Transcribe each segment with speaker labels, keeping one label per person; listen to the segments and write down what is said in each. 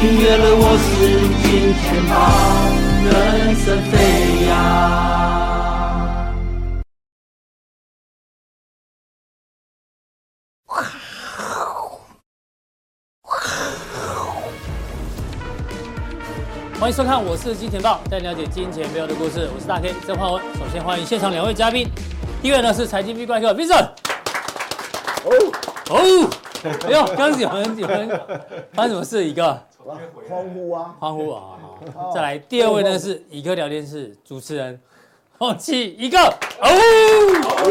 Speaker 1: 订阅了我是金钱豹，人生飞扬。
Speaker 2: 欢迎收看，我是金钱豹，带你了解金钱背后的故事。我是大 K 曾焕文。首先欢迎现场两位嘉宾，第一位呢是财经 B 怪客 Vincent。哦哦，哎呦，刚刚有人有人发生什么事？一个
Speaker 3: 欢呼啊！哦
Speaker 2: 欢呼啊！好再来，第二位呢是一个聊天室主持人放弃一个哦，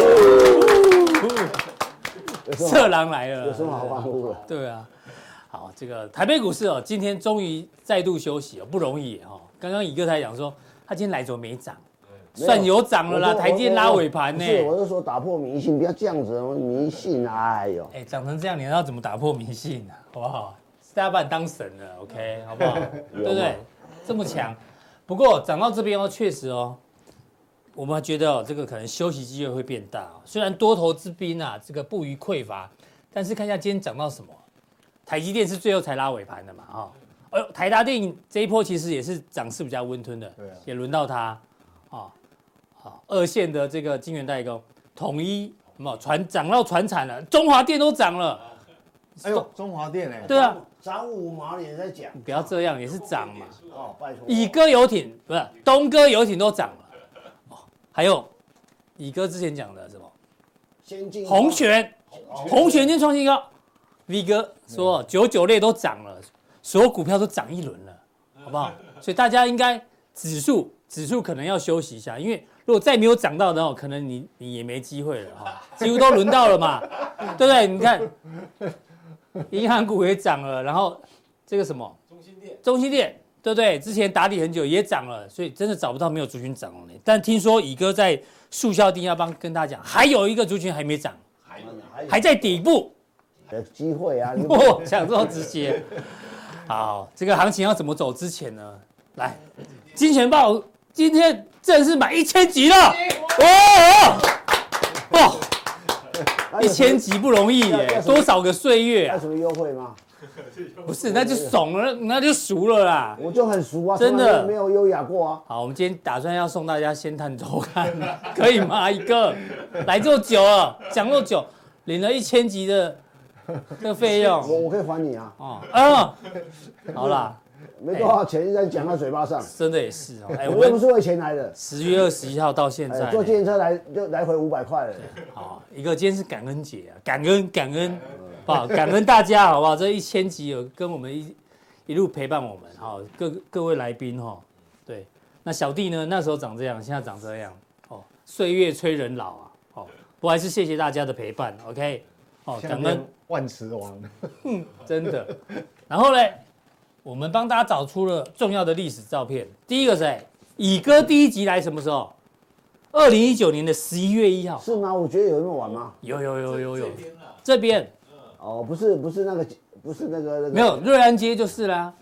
Speaker 3: 有时候
Speaker 2: 色狼来了，
Speaker 3: 有什么好欢呼的？
Speaker 2: 对啊，好，这个台北股市哦，今天终于再度休息哦，不容易哦。刚刚乙哥才讲说，他今天来着没涨，算有涨了啦，
Speaker 3: 我说
Speaker 2: 台积电拉尾盘呢
Speaker 3: 不。是，我就说打破迷信，不要这样子，迷信啊！哎呦，
Speaker 2: 哎，涨成这样，你要怎么打破迷信啊呢、好不好？大家把你当神了，OK，好不
Speaker 3: 嗯
Speaker 2: 好？对
Speaker 3: 啊
Speaker 2: 不对？这么强，不过涨到这边哦，确实哦，我们觉得哦，这个可能休息机会会变大、哦。虽然多头之兵啊，这个不虞匮乏，但是看一下今天涨到什么，台积电是最后才拉尾盘的嘛，哈、哦。哎呦，台达电这一波其实也是涨势比较温吞的，
Speaker 4: 对啊
Speaker 2: 也轮到它，哦，好，二线的这个晶圆代工，统一什么船涨到船产了，中华电都涨了，
Speaker 4: 哎呦，中华电哎，
Speaker 2: 对啊，
Speaker 3: 涨五毛你也在讲
Speaker 2: 不要这样，也是涨嘛。
Speaker 3: 哦，拜托，
Speaker 2: 乙哥游艇不是东哥游艇都涨了，哦，还有乙哥之前讲的什么
Speaker 3: 先进
Speaker 2: 红泉，红泉今天创新高，V 哥说九九类都涨了，所有股票都涨一轮了，好不好？所以大家应该指数指数可能要休息一下，因为如果再没有涨到的话，可能你你也没机会了哈，几乎都轮到了嘛，对不对？你看，银行股也涨了，然后这个什么中心店，对不对？之前打底很久也涨了，所以真的找不到没有族群涨了呢。但听说乙哥在速效定要帮跟大家讲，还有一个族群还没涨，
Speaker 3: 还有
Speaker 2: 还在底部。
Speaker 3: 有机会啊！你不
Speaker 2: 哦，讲这么直接。好，这个行情要怎么走之前呢？来，金钱豹今天正式满一千集了，
Speaker 3: 哎
Speaker 2: 哇、哦！哇，一千集不容易 耶，多少个岁月
Speaker 3: 还有
Speaker 2: 啊？
Speaker 3: 什么优惠吗？
Speaker 2: 不是，那就怂了，那就熟了啦。
Speaker 3: 我就很熟啊，
Speaker 2: 真的
Speaker 3: 从来没有优雅过啊！
Speaker 2: 好，我们今天打算要送大家《先探周刊》，可以吗？一个来这么久了，讲这么久，领了一千集的 这个费
Speaker 3: 我
Speaker 2: 用
Speaker 3: 我可以还你啊，
Speaker 2: 哦，嗯，好啦，
Speaker 3: 没多少钱，一直在讲到嘴巴上，
Speaker 2: 真的也是哦，哎、
Speaker 3: 我
Speaker 2: 我
Speaker 3: 又不
Speaker 2: 们
Speaker 3: 是为钱来的。
Speaker 2: 十月二十一号到现在
Speaker 3: 哎，
Speaker 2: 呢，
Speaker 3: 坐电车来就来回五百块了，
Speaker 2: 好，一个今天是感恩节啊，感恩感恩，好不好，感恩大家，好不好？这一千集有跟我们一一路陪伴我们，好，各各位来宾哈，对，那小弟呢，那时候长这样，现在长这样，哦，岁月催人老啊，哦，我还是谢谢大家的陪伴，OK，哦，
Speaker 4: 像
Speaker 2: 感
Speaker 4: 那
Speaker 2: 恩
Speaker 4: 个，万磁王，
Speaker 2: 真的。然后呢，我们帮大家找出了重要的历史照片，第一个是谁？乙哥第一集来什么时候？二零一九年的十一月一号，
Speaker 3: 是吗？我觉得有那么晚吗？
Speaker 2: 有有有有有，这边。啊
Speaker 3: 哦，不是，不是那个，不是那个那个，
Speaker 2: 没，有瑞安街就是啦。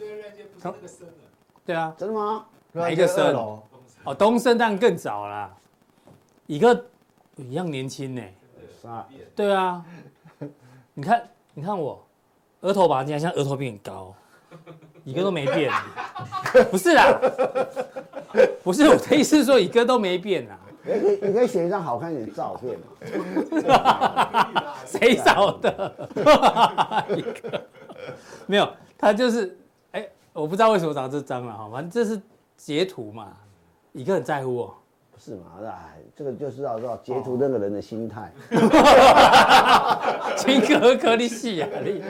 Speaker 2: 对啊，
Speaker 3: 真的吗？
Speaker 2: 哪一个
Speaker 4: 二楼？
Speaker 2: 哦，东升当然更早啦，一个一样年轻呢。
Speaker 3: 啥？
Speaker 2: 对啊，你看，你看我额头吧，你看像额头变很高，一个都没 变。不是啦，不是我的意思是说，一个都没变啊啦。
Speaker 3: 你可以你可以选一张好看一点的照片嘛。
Speaker 2: 谁找的？ 一个没有，他就是哎、我不知道为什么找这张了哈，反正这是截图嘛。一个很在乎我，
Speaker 3: 不是嘛？哎，这个就知道知道截图那个人的心态。
Speaker 2: 情哥颗粒细啊你。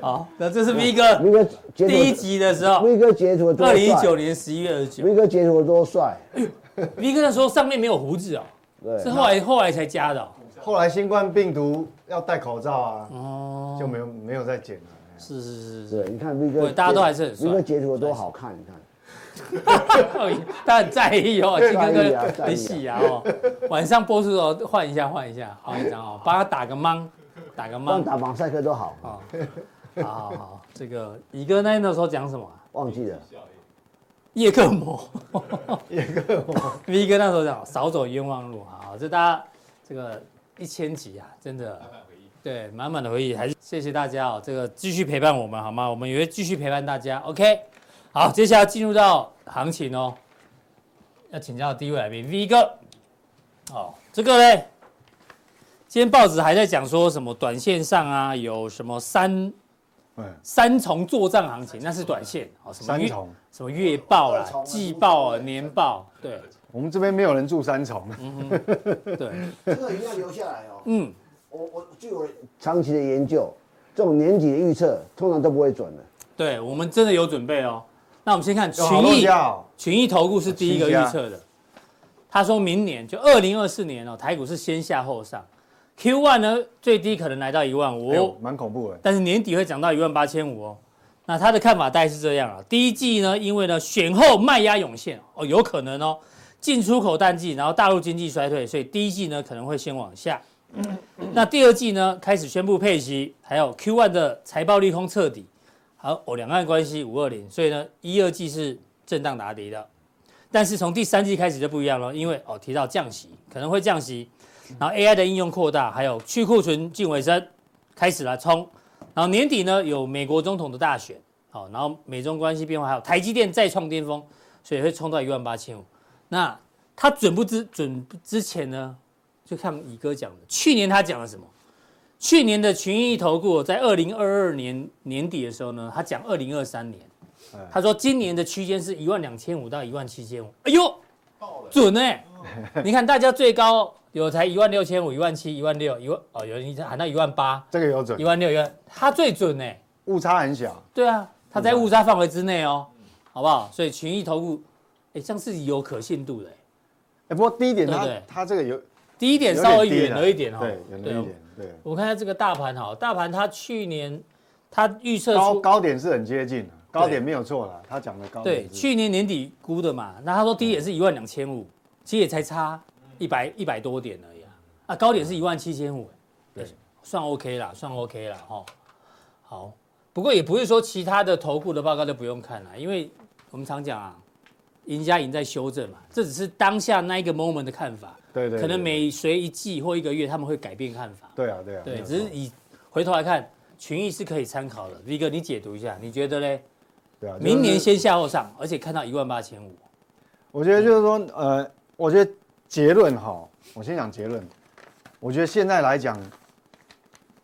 Speaker 2: 好，那这是 V 哥
Speaker 3: 威哥截图
Speaker 2: 哦第一集的时候，
Speaker 3: 威哥截图多
Speaker 2: 二零一九
Speaker 3: 帅，
Speaker 2: 年十一月二十九
Speaker 3: 威哥截图多帅。
Speaker 2: ，V 哥那时候上面没有胡子哦，是
Speaker 3: 对，
Speaker 2: 后来后来才加的哦。
Speaker 4: 后来新冠病毒要戴口罩啊，
Speaker 2: 哦
Speaker 4: 就没有没有再剪了。
Speaker 2: 是是是是，
Speaker 3: 对，你看威
Speaker 2: 对
Speaker 3: 哥，
Speaker 2: 大家都还是很帅
Speaker 3: 威哥截图多好看，你看。
Speaker 2: 他很在意哦，情哥
Speaker 3: 在意啊
Speaker 2: 哥很细啊哦。晚上播出的时候换一下换一下，好一张哦，帮他打个芒，打个
Speaker 3: 光
Speaker 2: 芒。
Speaker 3: 打马赛克都好，
Speaker 2: 好，好好好，这个乙哥那那时候讲什么啊？
Speaker 3: 忘记了。
Speaker 2: 叶克膜，叶克膜，V 哥那时啊候讲少走冤枉路，好，这大家这个一千集啊，真的对，满满的回忆，还是谢谢大家哦，这个继续陪伴我们好吗？我们也会继续陪伴大家，OK？好，接下来进入到行情哦，要请教第一位来宾 V 哥，哦，这个嘞，今天报纸还在讲说什么短线上啊，有什么三
Speaker 4: 嗯，
Speaker 2: 三重作战行情，那是短线，哦，什么
Speaker 4: 三
Speaker 2: 月
Speaker 4: 重，
Speaker 2: 什么月报啦
Speaker 3: 二重、啊
Speaker 2: 季报啊、年报，对
Speaker 4: 我们这边没有人住三重，
Speaker 2: 哦对，
Speaker 3: 这个一定要留下来哦。
Speaker 2: 嗯，
Speaker 3: 我我据我长期的研究，这种年纪的预测通常都不会准的。
Speaker 2: 对，我们真的有准备哦。那我们先看群
Speaker 4: 有好多
Speaker 2: 益，
Speaker 4: 家哦，
Speaker 2: 群益投顾是第一个
Speaker 4: 群益啊
Speaker 2: 预测的，他说明年就二零二四年哦，台股是先下后上，Q one 呢最低可能来到一万
Speaker 4: 哎呦
Speaker 2: 五，
Speaker 4: 蛮恐怖的。
Speaker 2: 但是年底会涨到一万八千五哦。那他的看法大概是这样啊，第一季呢，因为呢选后卖压涌现哦，有可能哦，进出口淡季，然后大陆经济衰退，所以第一季呢可能会先往下。那第二季呢开始宣布配息，还有 Q one 的财报利空彻底，好哦，两岸关系五二零，所以呢一二季是震荡打底的，但是从第三季开始就不一样了，因为哦提到降息可能会降息，然后 AI 的应用扩大，还有去库存净尾声开始了冲。然后年底呢有美国总统的大选，好，然后美中关系变化，还有台积电再创巅峰，所以会冲到一万八千五。那他准不之准之前呢，就像乙哥讲的，去年他讲了什么？去年的群益投顾在二零二二年年底的时候呢，他讲二零二三年，他说今年的区间是一万两千五到一万七千五，哎呦，准哎、你看大家最高有才一万六千五、一万七、一万六、一万哦，有人喊到一万八，
Speaker 4: 这个有准
Speaker 2: 一，万六元，它最准呢、
Speaker 4: 误差很小，
Speaker 2: 对啊，它在误差范围之内哦，好不好？所以群益投顾，哎，这样是有可信度的、欸。
Speaker 4: 哎，不过低点
Speaker 2: 对
Speaker 4: 它
Speaker 2: 不对
Speaker 4: 它这个有
Speaker 2: 第一点稍微远了一点哦，
Speaker 4: 对，远了一
Speaker 2: 对
Speaker 4: 点，对，
Speaker 2: 我看一下这个大盘好，大盘它去年它预测
Speaker 4: 高
Speaker 2: 出
Speaker 4: 高点是很接近的，高点没有错了，他讲的高
Speaker 2: 对
Speaker 4: 点是
Speaker 2: 去年年底估的嘛，那他说低点是一万两千五，其实也才差一百一百多点而已啊，啊高点是一万七千五，对，算 OK 啦，算 OK 啦哈。好，不过也不是说其他的投顾的报告都不用看啦，因为我们常讲啊，赢家赢在修正嘛，这只是当下那一个 moment 的看法，
Speaker 4: 对对，
Speaker 2: 可能
Speaker 4: 对
Speaker 2: 每随一季或一个月他们会改变看法，
Speaker 4: 对啊对啊，没
Speaker 2: 对，
Speaker 4: 有
Speaker 2: 只
Speaker 4: 错
Speaker 2: 是以回头来看，群益是可以参考的。V 哥，你解读一下，你觉得嘞？
Speaker 4: 对啊，
Speaker 2: 明年
Speaker 4: 就是
Speaker 2: 先下后上，而且看到一万八千五，
Speaker 4: 我觉得就是说，呃，我觉得结论哈，我先讲结论。我觉得现在来讲，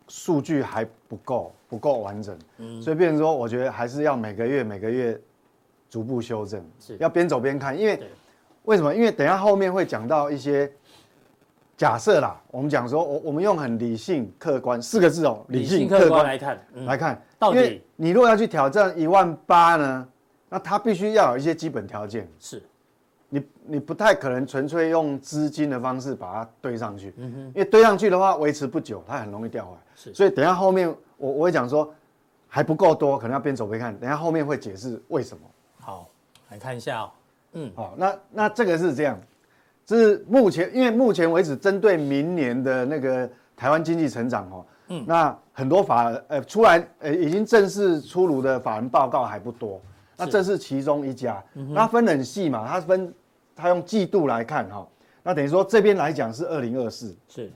Speaker 4: 数据还不够，不够完整，
Speaker 2: 嗯
Speaker 4: 所以变成说，我觉得还是要每个月每个月逐步修正，
Speaker 2: 是
Speaker 4: 要边走边看。因为
Speaker 2: 对
Speaker 4: 为什么？因为等一下后面会讲到一些假设啦，我们讲说，我我们用很理性、客观四个字哦，理性、客
Speaker 2: 客观
Speaker 4: 观
Speaker 2: 来看，嗯
Speaker 4: 来看，
Speaker 2: 到底
Speaker 4: 因为你如果要去挑战一万八呢，那它必须要有一些基本条件。
Speaker 2: 是
Speaker 4: 你你不太可能纯粹用资金的方式把它堆上去，因为堆上去的话维持不久，它很容易掉回来。
Speaker 2: 是
Speaker 4: 所以等一下后面我我会讲说还不够多，可能要边走边看，等一下后面会解释为什么。
Speaker 2: 好，来看一下哦，
Speaker 4: 好，那那这个是这样，这是目前因为目前为止针对明年的那个台湾经济成长哦，嗯，那很多法呃出来呃已经正式出炉的法人报告还不多，那这是嗯其中一家，那分很细嘛，它分它用季度来看哈、那等于说这边来讲是二零二四，
Speaker 2: 是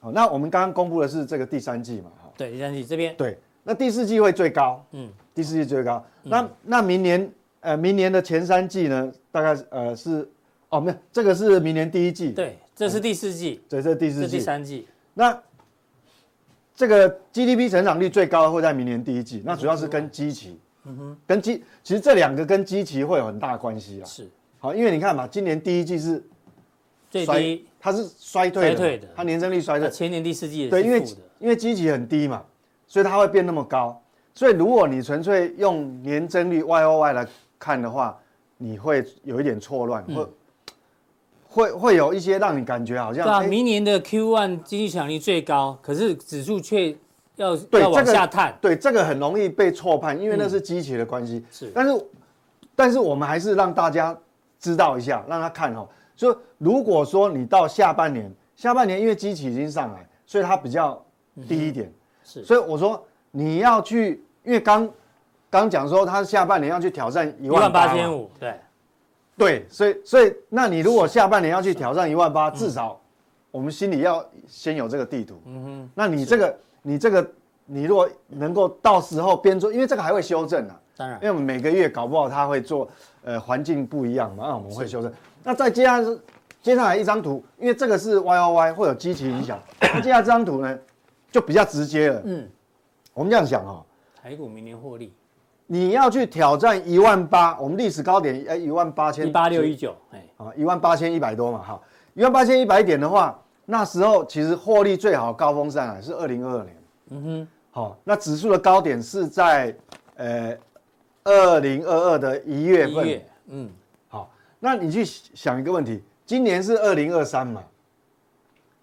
Speaker 4: 好，那我们刚刚公布的是这个第三季嘛，哈、
Speaker 2: 对，李三喜这边
Speaker 4: 对，那第四季会最高，嗯，第四季最高。
Speaker 2: 嗯
Speaker 4: 那那明年呃，明年的前三季呢，大概呃是哦，没有，这个是明年第一季，，
Speaker 2: 对，这是第四季，
Speaker 4: 对，这是嗯第
Speaker 2: 这
Speaker 4: 四
Speaker 2: 是第
Speaker 4: 季。
Speaker 2: 三季，
Speaker 4: 那这个 GDP 成长率最高的会在明年第一季，那主要是跟基期，嗯哼，跟基其实这两个跟基期会有很大关系啦。
Speaker 2: 是
Speaker 4: 好，因为你看嘛，今年第一季是
Speaker 2: 最
Speaker 4: 衰
Speaker 2: 低，，
Speaker 4: 它是衰退的
Speaker 2: 衰
Speaker 4: 嘛，
Speaker 2: 退的
Speaker 4: 它年增率衰退
Speaker 2: 那，前年第四季也
Speaker 4: 对，因
Speaker 2: 是
Speaker 4: 为
Speaker 2: 负的，
Speaker 4: 因为基期很低嘛，所以它会变那么高。所以如果你纯粹用年增率 Y O Y 来看的话，你会有一点错乱，
Speaker 2: 嗯
Speaker 4: 会、会会有一些让你感觉好像哎
Speaker 2: 对啊，
Speaker 4: 诶
Speaker 2: 明年的 Q1 经济强力最高，可是指数却要
Speaker 4: 对
Speaker 2: 要往
Speaker 4: 这个
Speaker 2: 下探，
Speaker 4: 对这个很容易被错判，因为那是基期的关系。
Speaker 2: 嗯是
Speaker 4: 但是但是我们还是让大家知道一下，让他看哦。就如果说你到下半年，下半年因为基期已经上来，所以它比较低一点。
Speaker 2: 嗯是
Speaker 4: 所以我说你要去，因为刚刚讲说他下半年要去挑战一
Speaker 2: 一
Speaker 4: 万
Speaker 2: 万
Speaker 4: 八
Speaker 2: 八千，五，对，
Speaker 4: 对，所以所以那你如果下半年要去挑战一万八，至少我们心里要先有这个地图。嗯哼，那你这个你这个你如果能够到时候边做，因为这个还会修正啊。
Speaker 2: 当然
Speaker 4: 因为我们每个月搞不好它会做，呃，环境不一样嘛，那我们会修正。那再接下来是接上来一张图，因为这个是 Y O Y 会有积极影响。那接下来这张图呢，就比较直接了。
Speaker 2: 嗯，
Speaker 4: 我们这样想哦，
Speaker 2: 台股明年获利
Speaker 4: 你要去挑战一万八，我们历史高点呃一万八千
Speaker 2: 一八六一九，哎，
Speaker 4: 啊，一万八千一百多嘛，好，一万八千一百点的话，那时候其实获利最好高峰上来是二零二二年，
Speaker 2: 嗯哼，
Speaker 4: 好、那指数的高点是在呃二零二二的一月
Speaker 2: 一
Speaker 4: 份，
Speaker 2: 月，嗯，
Speaker 4: 好、那你去想一个问题，今年是二零二三嘛，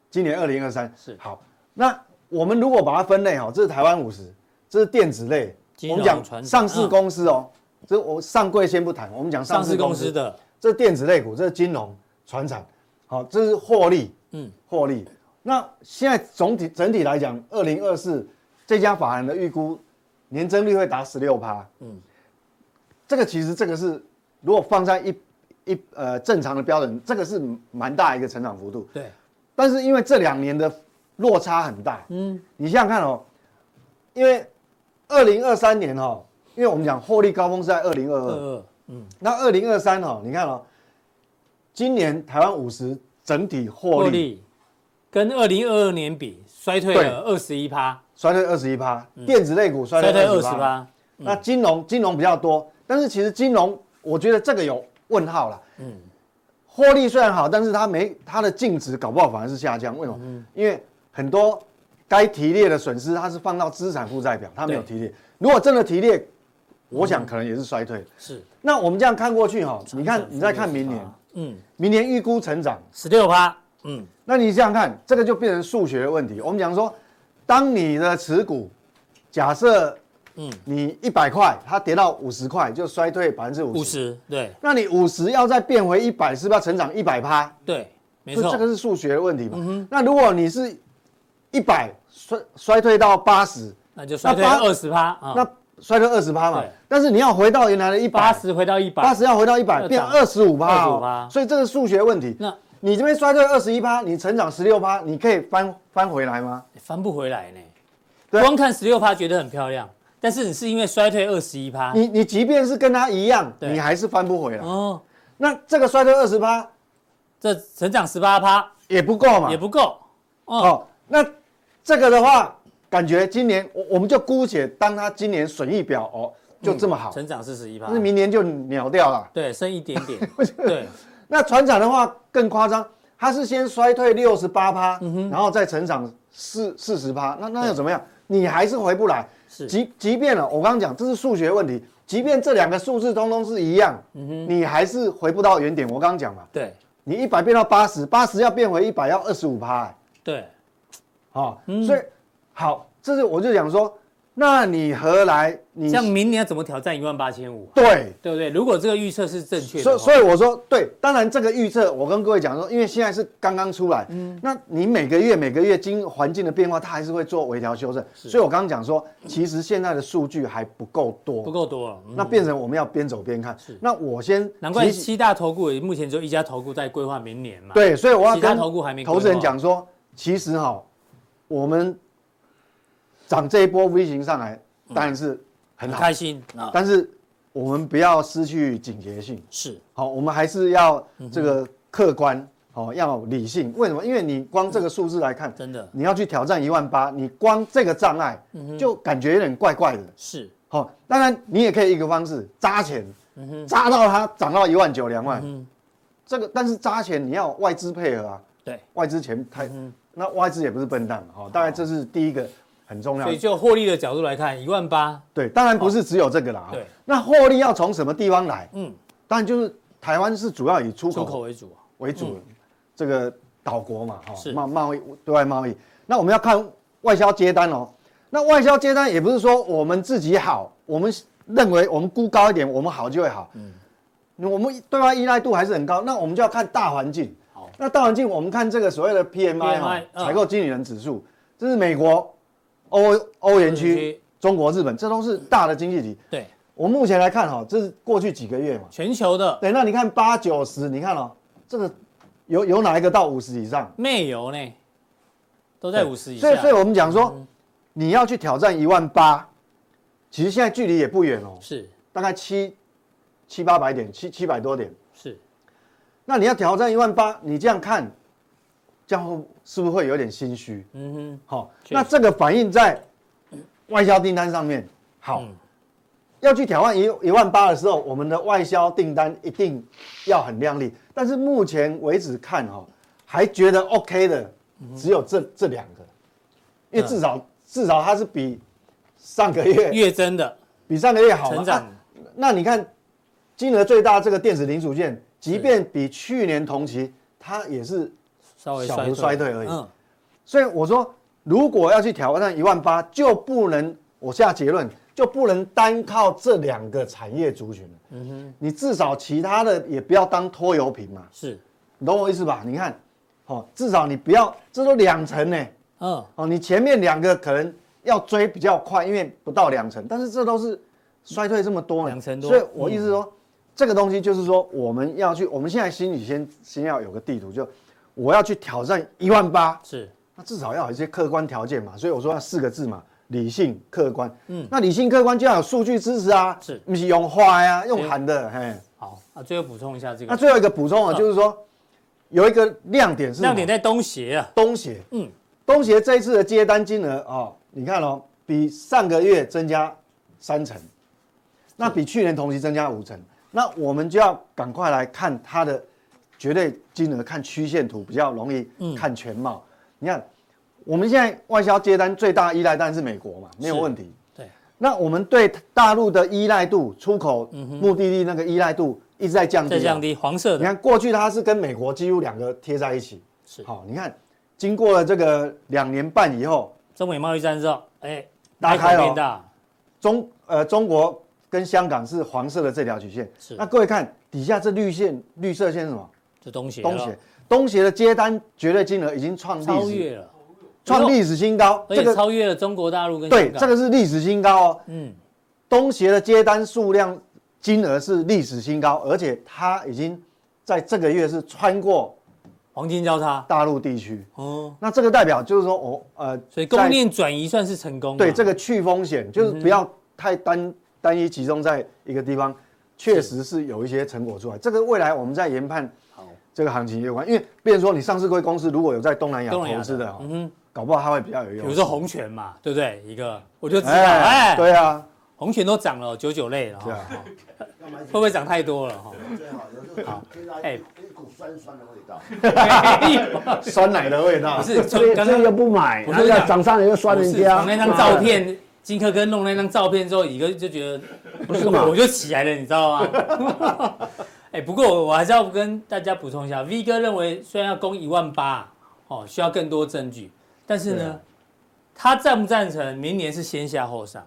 Speaker 4: 今年二零二三
Speaker 2: 是
Speaker 4: 好，那我们如果把它分类哈、哦，这是台湾五十，这是电子类，
Speaker 2: 金
Speaker 4: 我
Speaker 2: 融
Speaker 4: 们
Speaker 2: 传
Speaker 4: 讲
Speaker 2: 产
Speaker 4: 上市
Speaker 2: 嗯
Speaker 4: 公司哦，这我上柜先不谈，我们讲
Speaker 2: 上
Speaker 4: 上
Speaker 2: 市
Speaker 4: 市
Speaker 2: 公
Speaker 4: 公
Speaker 2: 司
Speaker 4: 司
Speaker 2: 的，
Speaker 4: 这电子类股，这是金融、船产，好，这是获利，
Speaker 2: 嗯
Speaker 4: 嗯，获利。那现在总体整体来讲，二零二四这家法人的预估年增率会达十六趴，
Speaker 2: 嗯
Speaker 4: 嗯，这个其实这个是如果放在一一呃正常的标准，这个是蛮大一个成长幅度，
Speaker 2: 对，
Speaker 4: 但是因为这两年的落差很大，
Speaker 2: 嗯，
Speaker 4: 你想想看哦，因为二零二三年哦，因为我们讲获利高峰是在二零二
Speaker 2: 二
Speaker 4: 二，
Speaker 2: 二，
Speaker 4: 那二零二三哦，你看哦，今年台湾五十整体获
Speaker 2: 获
Speaker 4: 利
Speaker 2: 利跟二零二二年比衰退了二十一趴，
Speaker 4: 衰退二十一趴，电子类股衰
Speaker 2: 衰
Speaker 4: 退
Speaker 2: 退二
Speaker 4: 二
Speaker 2: 十
Speaker 4: 十趴，
Speaker 2: 趴，
Speaker 4: 那金融金融比较多，但是其实金融我觉得这个有问号啦。嗯，获利虽然好，但是它没它的净值搞不好反而是下降，为什么？因为很多该提列的损失它是放到资产负债表，它没有
Speaker 2: 对
Speaker 4: 提列。如果真的提列，我想可能也是衰退。
Speaker 2: 是，
Speaker 4: 那我们这样看过去哈、哦，你看
Speaker 2: 负
Speaker 4: 你再看
Speaker 2: 68
Speaker 4: 明年，
Speaker 2: 嗯，
Speaker 4: 明年预估成长。
Speaker 2: 十六趴，嗯，
Speaker 4: 那你想想看，这个就变成数学的问题。我们讲说，当你的持股假设，
Speaker 2: 嗯
Speaker 4: 嗯，你一百块，它跌到五十块，就衰退百分之五
Speaker 2: 五
Speaker 4: 十。
Speaker 2: 十，对
Speaker 4: 那你五十要再变回一百，是不是要成长一百趴？
Speaker 2: 对，没
Speaker 4: 所以
Speaker 2: 错
Speaker 4: 这，个是数学的问题嘛。那如果你是一百衰衰退到八十，
Speaker 2: 那就衰退
Speaker 4: 那八
Speaker 2: 二十趴啊，
Speaker 4: 那衰退二十趴嘛
Speaker 2: 对。
Speaker 4: 但是你要回到原来的一
Speaker 2: 八
Speaker 4: 百，
Speaker 2: 十回到一百，
Speaker 4: 八十要回到一百，
Speaker 2: 要
Speaker 4: 变
Speaker 2: 涨
Speaker 4: 二十五趴哦
Speaker 2: 25%
Speaker 4: 所以这个数学问题。
Speaker 2: 那
Speaker 4: 你这边衰退二十一趴，你成长十六趴，你可以翻翻回来吗？
Speaker 2: 欸翻不回来呢。
Speaker 4: 对
Speaker 2: 光看十六趴觉得很漂亮，但是你是因为衰退二十一趴
Speaker 4: 你你即便是跟他一样，
Speaker 2: 对
Speaker 4: 你还是翻不回来。
Speaker 2: 哦，
Speaker 4: 那这个衰退二十趴
Speaker 2: 这成长十八趴
Speaker 4: 也不够嘛？
Speaker 2: 也不够哦，
Speaker 4: 哦。那这个的话，感觉今年我我们就姑且当他今年损益表哦就这么好，
Speaker 2: 成长四十一趴
Speaker 4: 但是，明年就鸟掉了。
Speaker 2: 对，剩一点 点，对，
Speaker 4: 那船长的话更夸张，他是先衰退六十八趴，
Speaker 2: 嗯
Speaker 4: 然后再成长四四十趴，那那又怎么样？你还是回不来。
Speaker 2: 是
Speaker 4: 即即便了，我刚刚讲这是数学问题，即便这两个数字通通是一样，
Speaker 2: 嗯
Speaker 4: 你还是回不到原点。我刚刚讲嘛，
Speaker 2: 对
Speaker 4: 你一百变到八十，八十要变回一百要二十五趴，哎
Speaker 2: 对，
Speaker 4: 哦，
Speaker 2: 嗯
Speaker 4: 所以好，这是我就讲说，那你何来你
Speaker 2: 像明年要怎么挑战一万八千五，
Speaker 4: 对
Speaker 2: 对不对？如果这个预测是正确的
Speaker 4: 所以
Speaker 2: 话，
Speaker 4: 所以我说，对，当然这个预测，我跟各位讲说，因为现在是刚刚出来，嗯，那你每个月每个月经环境的变化，它还是会做微调修正。所以我刚刚讲说，其实现在的数据还不够多，
Speaker 2: 不够多了。嗯
Speaker 4: 那变成我们要边走边看。那我先
Speaker 2: 难怪
Speaker 4: 提醒
Speaker 2: 七大投顾也目前只有一家投顾在规划明年嘛。，
Speaker 4: 对，所以我要
Speaker 2: 其他
Speaker 4: 跟
Speaker 2: 投顾还没规划
Speaker 4: 投资人讲说，其实哈，我们涨这一波 V 型上来，当然是很
Speaker 2: 嗯很
Speaker 4: 好，
Speaker 2: 开心啊，
Speaker 4: 但是我们不要失去警觉性。
Speaker 2: 是
Speaker 4: 好，我们还是要这个客观，好、要理性。为什么？因为你光这个数字来看，
Speaker 2: 嗯真的嗯
Speaker 4: 你要去挑战一万八，你光这个障碍，就感觉有点怪怪的。
Speaker 2: 是，
Speaker 4: 好、当然你也可以一个方式扎钱，
Speaker 2: 嗯
Speaker 4: 扎到它涨到一万九、两万，这个但是扎钱你要外资配合啊，
Speaker 2: 对，
Speaker 4: 外资钱
Speaker 2: 嗯
Speaker 4: 太，那外资也不是笨蛋，好、大概这是第一个很重要
Speaker 2: 哦所
Speaker 4: 的
Speaker 2: 以。就获利的角度来看，一万八，
Speaker 4: 对，当然不是只有这个啦。
Speaker 2: 对，
Speaker 4: 那获利要从什么地方来？
Speaker 2: 嗯，
Speaker 4: 当然就是台湾是主要以出
Speaker 2: 出
Speaker 4: 口
Speaker 2: 口为主啊，
Speaker 4: 为主，这个岛国嘛，哈、
Speaker 2: 是
Speaker 4: 贸贸易对外贸易。那我们要看外销接单哦。那外销接单也不是说我们自己好，我们认为我们估高一点，我们好就会好。嗯，我们对外依赖度还是很高，那我们就要看大环境。
Speaker 2: 好
Speaker 4: 那大环境我们看这个所谓的 PMI 哈
Speaker 2: PMI，嗯
Speaker 4: 采购经理人指数，这是美国、欧欧元
Speaker 2: 欧元区
Speaker 4: 区、中国、日本，这都是大的经济体。
Speaker 2: 对，
Speaker 4: 我目前来看哈、这是过去几个月嘛，
Speaker 2: 全球的
Speaker 4: 对，那你看八九十，你看哦，这个有有哪一个到五十以上？
Speaker 2: 魅油呢，都在五十以
Speaker 4: 所
Speaker 2: 下
Speaker 4: 以，，所以我们讲说，你要去挑战一万八，其实现在距离也不远哦，
Speaker 2: 是
Speaker 4: 大概七七八百点，七七百多点。
Speaker 2: 是，
Speaker 4: 那你要挑战一万八，你这样看，这样会是不是会有点心虚？
Speaker 2: 嗯哼，
Speaker 4: 好、
Speaker 2: 确实
Speaker 4: 那这个反映在外销订单上面。好，
Speaker 2: 嗯
Speaker 4: 要去挑战一一万八的时候，我们的外销订单一定要很亮丽。但是目前为止看哈、还觉得 OK 的
Speaker 2: 嗯
Speaker 4: 只有这、这两个，因为至少、至少它是比上个月
Speaker 2: 月增的
Speaker 4: 比上个月好嘛
Speaker 2: 成长
Speaker 4: 啊那你看金额最大这个电子零组件，即便比去年同期，它也是
Speaker 2: 稍微
Speaker 4: 小
Speaker 2: 衰
Speaker 4: 幅
Speaker 2: 退
Speaker 4: 衰退而已
Speaker 2: 嗯，
Speaker 4: 所以我说，如果要去挑战一万八，就不能我下结论，就不能单靠这两个产业族群。嗯哼，你至少其他的也不要当拖油瓶嘛，
Speaker 2: 是，
Speaker 4: 你懂我意思吧？你看，哦，至少你不要，这都两成呢，
Speaker 2: 嗯，
Speaker 4: 哦，你前面两个可能要追比较快，因为不到两成，但是这都是衰退这么多呢，
Speaker 2: 两成多嗯
Speaker 4: 所以我意思说，这个东西就是说，我们要去，我们现在心里先先要有个地图，就我要去挑战一万八，
Speaker 2: 是
Speaker 4: 那至少要有一些客观条件嘛，所以我说要四个字嘛，理性客观。嗯，那理性客观就要有数据支持啊，
Speaker 2: 是
Speaker 4: 不是用画呀、用喊的？嘿，
Speaker 2: 好啊。最后补充一下这
Speaker 4: 那
Speaker 2: 个，
Speaker 4: 最后一个补充啊，
Speaker 2: 嗯
Speaker 4: 就是说有一个亮点是什么
Speaker 2: 亮点在东协啊，
Speaker 4: 东协，
Speaker 2: 嗯
Speaker 4: 嗯，东协这一次的接单金额哦，你看哦，比上个月增加三成，那比去年同期增加五成，那我们就要赶快来看它的绝对金额，看曲线图比较容易看全貌。你看，我们现在外销接单最大依赖当然是美国嘛，没有
Speaker 2: 是
Speaker 4: 问题。
Speaker 2: 对，
Speaker 4: 那我们对大陆的依赖度、出口目的地那个依赖度一嗯直在降低、啊
Speaker 2: 再降。低，黄色
Speaker 4: 你
Speaker 2: 的
Speaker 4: 看过去它是跟美国几乎两个贴在一起，
Speaker 2: 是
Speaker 4: 好，你看，经过了这个两年半以后，
Speaker 2: 中美贸易战之后，哎，
Speaker 4: 打开了
Speaker 2: 变大，
Speaker 4: 中呃中国跟香港是黄色的这条曲线
Speaker 2: 是，
Speaker 4: 那各位看底下这绿线绿色线是什么？
Speaker 2: 就东协了，
Speaker 4: 东协，东协的接单绝对金额已经创
Speaker 2: 超
Speaker 4: 历史
Speaker 2: 越了，
Speaker 4: 创历史新高，
Speaker 2: 而且超越了中国大陆跟
Speaker 4: 对
Speaker 2: 香港
Speaker 4: 这个是历史新高哦，
Speaker 2: 嗯
Speaker 4: 东协的接单数量金额是历史新高，而且它已经在这个月是穿过
Speaker 2: 黄金交叉
Speaker 4: 大陆地区，
Speaker 2: 哦，
Speaker 4: 那这个代表就是说我呃，
Speaker 2: 所以供
Speaker 4: 在
Speaker 2: 应链转移算是成功嘛，嗯
Speaker 4: 对这个去风险，就是不要太单单一集中在一个地方，确实是有一些成果出来。这个未来我们在研判这个行情有关，因为变成说你上市贵公司如果有在东南亚
Speaker 2: 东南亚
Speaker 4: 投资的哦，
Speaker 2: 嗯哼，
Speaker 4: 搞不好它会比较有
Speaker 2: 比
Speaker 4: 用。
Speaker 2: 如说红泉嘛，对不对？一个我就知道，哎，
Speaker 4: 对啊，
Speaker 2: 红泉都涨了九九类了，
Speaker 4: 对
Speaker 2: 哈
Speaker 4: 啊，
Speaker 2: 会不会涨太多 了哈？
Speaker 3: 最好有这种听到
Speaker 2: 哎
Speaker 3: 一股酸酸的味道。
Speaker 2: 没有啊
Speaker 4: 酸奶的味道
Speaker 2: 不。是，
Speaker 3: 所以
Speaker 2: 就刚
Speaker 3: 这
Speaker 2: 刚
Speaker 3: 个不买，
Speaker 2: 我
Speaker 3: 然后
Speaker 2: 跟你
Speaker 3: 要
Speaker 2: 讲
Speaker 3: 涨上来就酸人
Speaker 2: 不是
Speaker 3: 家。
Speaker 4: 啊
Speaker 2: 从那张照片，金科哥弄那张照片之后，乙哥就觉得不是
Speaker 3: 嘛
Speaker 2: 我就起来了，你知道 吗？哎，不过我还是要跟大家补充一下，V 哥认为虽然要攻一万八，哦，需要更多证据，但是
Speaker 4: 对
Speaker 2: 呢
Speaker 4: 啊，
Speaker 2: 他赞不赞成明年是先下后上，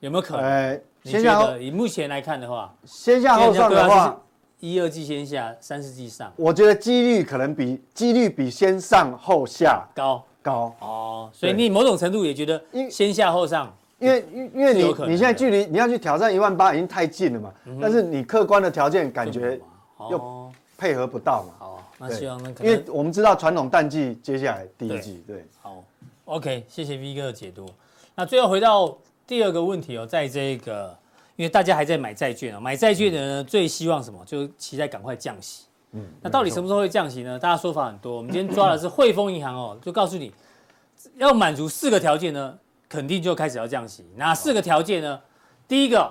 Speaker 2: 有没有可能？
Speaker 4: 呃，
Speaker 2: 你
Speaker 4: 先
Speaker 2: 觉
Speaker 4: 下后
Speaker 2: 得以目前来看的话，
Speaker 4: 先下后上的
Speaker 2: 对啊就是
Speaker 4: 话，
Speaker 2: 一二季先下，三四季上
Speaker 4: 我觉得几率可能比几率比先上后下
Speaker 2: 高
Speaker 4: 高，
Speaker 2: 哦，所以
Speaker 4: 对
Speaker 2: 你某种程度也觉得
Speaker 4: 因为
Speaker 2: 先下后上
Speaker 4: 因为因因为
Speaker 2: 是
Speaker 4: 你
Speaker 2: 有可能的嗯
Speaker 4: 你现在距离你要去挑战一万八已经太近了嘛，但是你客观的条件感觉
Speaker 2: 哦，
Speaker 4: 配合不到嘛。
Speaker 2: 好，那
Speaker 4: 对
Speaker 2: 希望那可
Speaker 4: 因为
Speaker 2: 能
Speaker 4: 我们知道传统淡季接下来第一季，对，
Speaker 2: 好，OK，谢谢 V 哥的解读。那最后回到第二个问题哦，在这个因为大家还在买债券啊、买债券的
Speaker 4: 嗯
Speaker 2: 人呢最希望什么？就是期待赶快降息。嗯，那到底什么时候会降息呢？大家说法很多。我们今天抓的是汇丰银行哦，
Speaker 4: 嗯
Speaker 2: 就告诉你要满足四个条件呢，肯定就开始要降息。哪四个条件呢？第一个，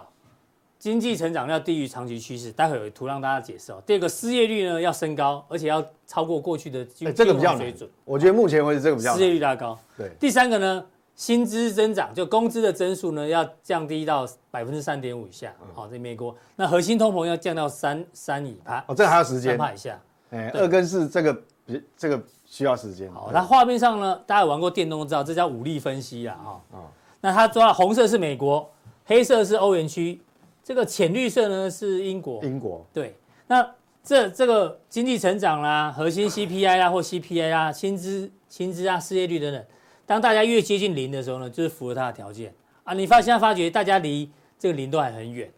Speaker 2: 经济成长要低于长期趋势，待会有图让大家解释哦。第二个，失业率呢要升高，而且要超过过去的基
Speaker 4: 哎这个比较
Speaker 2: 基本水
Speaker 4: 难
Speaker 2: 准。。
Speaker 4: 我觉得目前为止这个比较
Speaker 2: 失业
Speaker 4: 难。
Speaker 2: 率拉高。
Speaker 4: 对
Speaker 2: 第三个呢，薪资增长就工资的增速呢要降低到百分之三点五以
Speaker 4: 嗯
Speaker 2: 下，好、在美国，那核心通膨要降到三三以帕，
Speaker 4: 哦，这个还有时
Speaker 2: 三
Speaker 4: 间。
Speaker 2: 帕以下。
Speaker 4: 哎，
Speaker 2: 对
Speaker 4: 二跟四这个比这个需要时间。
Speaker 2: 好，
Speaker 4: 对
Speaker 2: 那画面上呢，大家有玩过电动都知道，这叫武力分析啊，哈、
Speaker 4: 嗯
Speaker 2: 那它抓了红色是美国，黑色是欧元区，这个浅绿色呢是英国。
Speaker 4: 英国
Speaker 2: 对，那这这个经济成长啦、核心 CPI 啦或 CPI 啦、啊薪资薪资啊、失业率等等，当大家越接近零的时候呢，就是符合它的条件啊。你发现在发觉大家离这个零都还很远，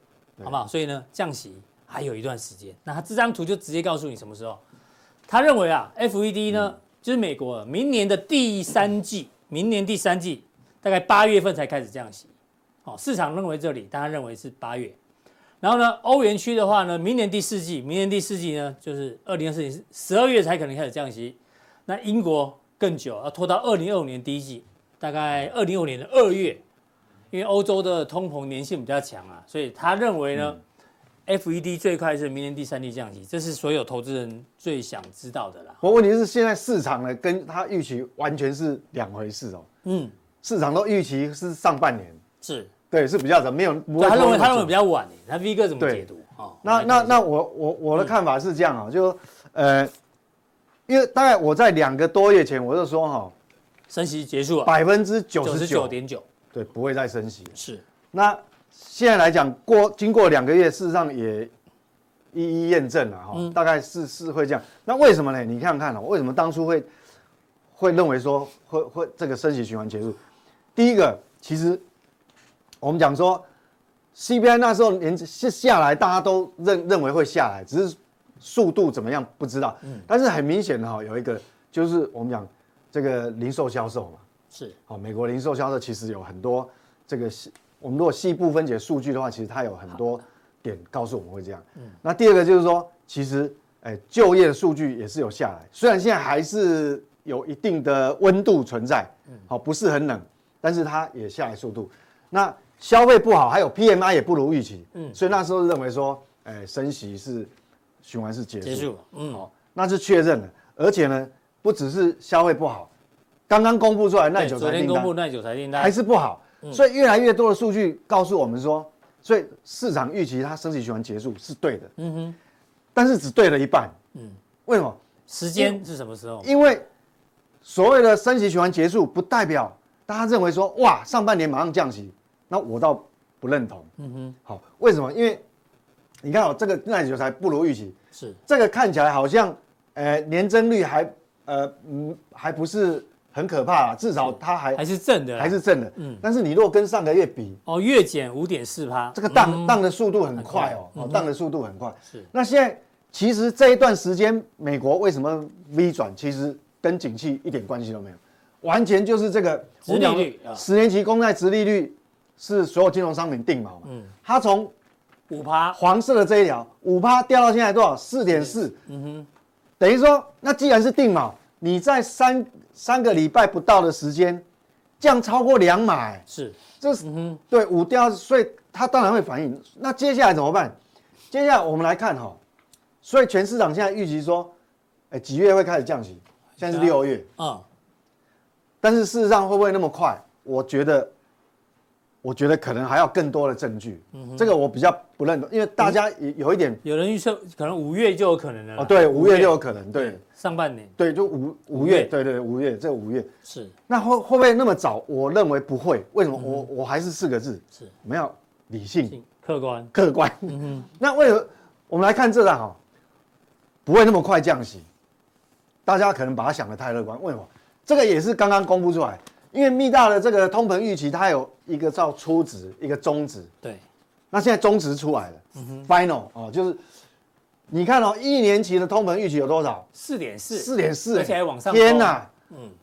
Speaker 2: 好不好？所以呢，降息还有一段时间。那它这张图就直接告诉你什么时候。他认为啊，FED 呢，就是美国明年的第三季，明年第三季大概八月份才开始降息。哦，市场认为这里，大家认为是八月。然后呢，欧元区的话呢，明年第四季，明年第四季呢，就是二零二四年十二月才可能开始降息。那英国更久，要拖到二零二五年第一季，大概二零二五年的二月，因为欧洲的通膨粘性比较强啊，所以他认为呢、f
Speaker 4: 嗯
Speaker 2: e d 最快是明年第三季降息，这是所有投资人最想知道的啦。
Speaker 4: 我问题是现在市场呢跟它预期完全是两回事哦，
Speaker 2: 嗯，
Speaker 4: 市场都预期是上半年，
Speaker 2: 是，
Speaker 4: 对，是比较早，没有不
Speaker 2: 对
Speaker 4: 会
Speaker 2: 他认为
Speaker 4: 拖那么
Speaker 2: 他认为
Speaker 4: 久
Speaker 2: 比较晚耶，那 V 哥怎么
Speaker 4: 对
Speaker 2: 解读？哦，
Speaker 4: 那
Speaker 2: 我们来
Speaker 4: 那
Speaker 2: 看一下
Speaker 4: 那我我我的看法是这样啊，就呃，因为大概我在两个多月前我就说哈，
Speaker 2: 升息结束了，
Speaker 4: 百分之九
Speaker 2: 九
Speaker 4: 十
Speaker 2: 十九
Speaker 4: 九
Speaker 2: 点九，
Speaker 4: 对不会再升息。
Speaker 2: 是
Speaker 4: 那现在来讲，过经过两个月，事实上也一一验证了哈，大概是是会这样。那为什么呢？你看看哦，为什么当初会会认为说会会这个升息循环结束？第一个，其实我们讲说 CPI 那时候连是下来，大家都认认为会下来，只是速度怎么样不知道。但是很明显的哈，有一个就是我们讲这个零售销售嘛，
Speaker 2: 是，
Speaker 4: 哦，美国零售销售其实有很多这个细，我们如果细部分解数据的话，其实它有很多点告诉我们会这样。
Speaker 2: 嗯
Speaker 4: 那第二个就是说，其实哎，就业的数据也是有下来，虽然现在还是有一定的温度存在，
Speaker 2: 嗯
Speaker 4: 好、不是很冷，但是它也下来速度。那消费不好，还有 PMI 也不如预期，
Speaker 2: 嗯
Speaker 4: 所以那时候认为说，哎，升息是循环是结束，
Speaker 2: 结束了，嗯，
Speaker 4: 那是确认了，而且呢，不只是消费不好。刚刚公布出来耐
Speaker 2: 对，
Speaker 4: 久
Speaker 2: 昨
Speaker 4: 材
Speaker 2: 天
Speaker 4: 订
Speaker 2: 公
Speaker 4: 单
Speaker 2: 布耐久财订单
Speaker 4: 还是不好，所以越来越多的数据告诉我们说，所以市场预期它升息循环结束是对的，嗯哼，但是只对了一半，嗯，为什么？
Speaker 2: 时间是什么时候？
Speaker 4: 因为所谓的升息循环结束，不代表大家认为说哇上半年马上降息，那我倒不认同，嗯哼，好，为什么？因为你看哦，这个耐久才不如预期，
Speaker 2: 是
Speaker 4: 这个看起来好像，呃，年增率还呃嗯还不是很可怕啦，至少它还
Speaker 2: 还是正的啦，
Speaker 4: 还是正的。嗯，但是你如果跟上个月比，
Speaker 2: 哦，月减五点四趴，
Speaker 4: 这个荡荡的速度很快哦，
Speaker 2: 很快
Speaker 4: 哦，荡的速度很快。
Speaker 2: 是
Speaker 4: 那现在其实这一段时间，美国为什么 V 转，其实跟景气一点关系都没有，完全就是这个
Speaker 2: 殖利率
Speaker 4: 我们讲
Speaker 2: 啊
Speaker 4: 十年期公债殖利率是所有金融商品定锚嘛。嗯，它从
Speaker 2: 五趴，
Speaker 4: 黄色的这一条五趴掉到现在多少？四点四。嗯哼，等于说，那既然是定锚，你在三三个礼拜不到的时间，降超过两码、哎
Speaker 2: 是
Speaker 4: 这是、对五掉，所以它当然会反应。那接下来怎么办？接下来我们来看哈、所以全市场现在预期说，哎，几月会开始降息？现在是六月，
Speaker 2: 嗯，
Speaker 4: 但是事实上会不会那么快？我觉得，我觉得可能还要更多的证据。这个我比较不认同，因为大家也有一点
Speaker 2: 有人预测可能五月就有可能了啦。
Speaker 4: 哦，对，嗯五月就有可能，对
Speaker 2: 上半年
Speaker 4: 对，就五五
Speaker 2: 月
Speaker 4: 月，对对，五月这五月，
Speaker 2: 是
Speaker 4: 那会会不会那么早？我认为不会，为什么？我我还嗯是四个字，
Speaker 2: 是
Speaker 4: 我们要理性、
Speaker 2: 客观，
Speaker 4: 客观。
Speaker 2: 嗯
Speaker 4: 那为何我们来看这档哈，不会那么快降息？大家可能把它想得太乐观，为什么？这个也是刚刚公布出来，因为密大的这个通膨预期，它有一个叫初值，一个中值，
Speaker 2: 对，
Speaker 4: 那现在中值出来了、f
Speaker 2: 嗯
Speaker 4: i n a l 哦，就是你看哦，一年期的通膨预期有多少？
Speaker 2: 四点四，
Speaker 4: 四点四，
Speaker 2: 而且还往上嗯
Speaker 4: 天
Speaker 2: 走
Speaker 4: 哪，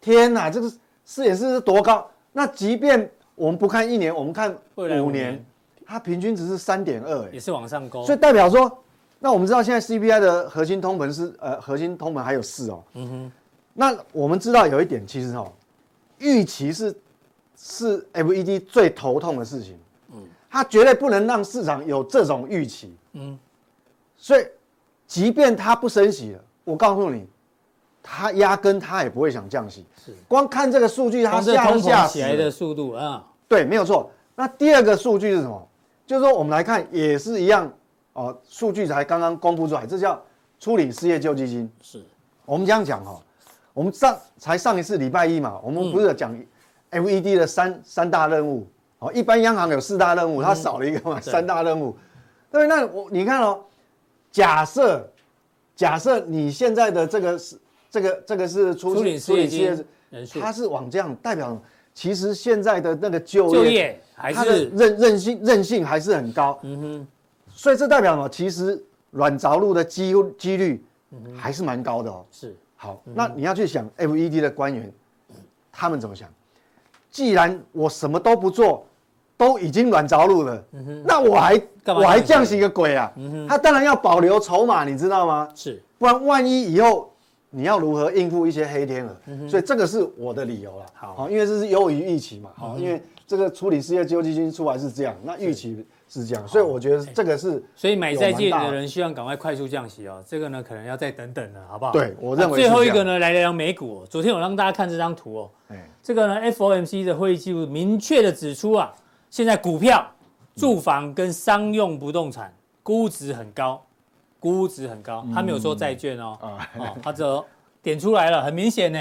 Speaker 4: 天哪，这个四点四是多高？那即便我们不看一年，我们看
Speaker 2: 未来五
Speaker 4: 五
Speaker 2: 年
Speaker 4: 年，它平均值是三点二，
Speaker 2: 也
Speaker 4: 哎，
Speaker 2: 是往上勾
Speaker 4: 所，以代表说，那我们知道现在 CPI 的核心通膨是呃核心通膨还有四哦，嗯哼，那我们知道有一点，其实哦，预期是是 FED 最头痛的事情，嗯，它绝对不能让市场有这种预期，嗯，所以即便它不升息了，我告诉你。它压根它也不会想降息，
Speaker 2: 是
Speaker 4: 光看这个数据，它
Speaker 2: 光是
Speaker 4: 吓
Speaker 2: 通
Speaker 4: 都吓
Speaker 2: 膨
Speaker 4: 死
Speaker 2: 起来
Speaker 4: 了
Speaker 2: 的速度啊，
Speaker 4: 对，没有错。那第二个数据是什么？就是说我们来看，也是一样哦，数据才刚刚公布出来，这叫处理失业救济金。
Speaker 2: 是
Speaker 4: 我们这样讲哈、哦，我们上才上一次礼拜一嘛，我们不是有讲
Speaker 2: 嗯
Speaker 4: FED 的三三大任务哦，一般央行有四大任务，它少了一个嘛，
Speaker 2: 嗯对
Speaker 4: 三大任务。对，那我你看哦，假设假设你现在的这个是这个这个是出
Speaker 2: 处理失业金人数，
Speaker 4: 它是往这样代表，其实现在的那个就
Speaker 2: 就
Speaker 4: 业
Speaker 2: 业还
Speaker 4: 它的
Speaker 2: 是
Speaker 4: 韧韧性韧性还是很高。嗯哼，所以这代表什么？其实软着陆的机几率
Speaker 2: 嗯
Speaker 4: 还是蛮高的哦。
Speaker 2: 是
Speaker 4: E 好，那你要去想 FED 的官员他们怎么想。既然我什么都不做，都已经软着陆了，那我还
Speaker 2: 嗯干嘛
Speaker 4: 我还
Speaker 2: 要
Speaker 4: 降息个鬼啊！
Speaker 2: 嗯
Speaker 4: 他当然要保留筹码，你知道吗？
Speaker 2: 是
Speaker 4: 不然万一以后你要如何应付一些黑天鹅？
Speaker 2: 嗯
Speaker 4: 所以这个是我的理由啦。哦好，因为这是优于预期嘛。
Speaker 2: 嗯
Speaker 4: 好，因为这个处理失业救济金出来是这样，那预期是这样，所以我觉得这个是
Speaker 2: 所以买债界
Speaker 4: 有蛮大
Speaker 2: 的人希望赶快快速降息哦，这个呢可能要再等等了，好不好？
Speaker 4: 对我认为
Speaker 2: 啊
Speaker 4: 是
Speaker 2: 最后一
Speaker 4: 这
Speaker 2: 个
Speaker 4: 样
Speaker 2: 呢，来聊聊美股、哦。昨天我让大家看这张图哦，
Speaker 4: 哎
Speaker 2: 这个呢 FOMC 的会议记录明确的指出啊，现在股票、住房跟商用不动产估值很高，估值很高，他没有说债券哦，
Speaker 4: 啊
Speaker 2: 哦，他只有点出来了，很明显呢，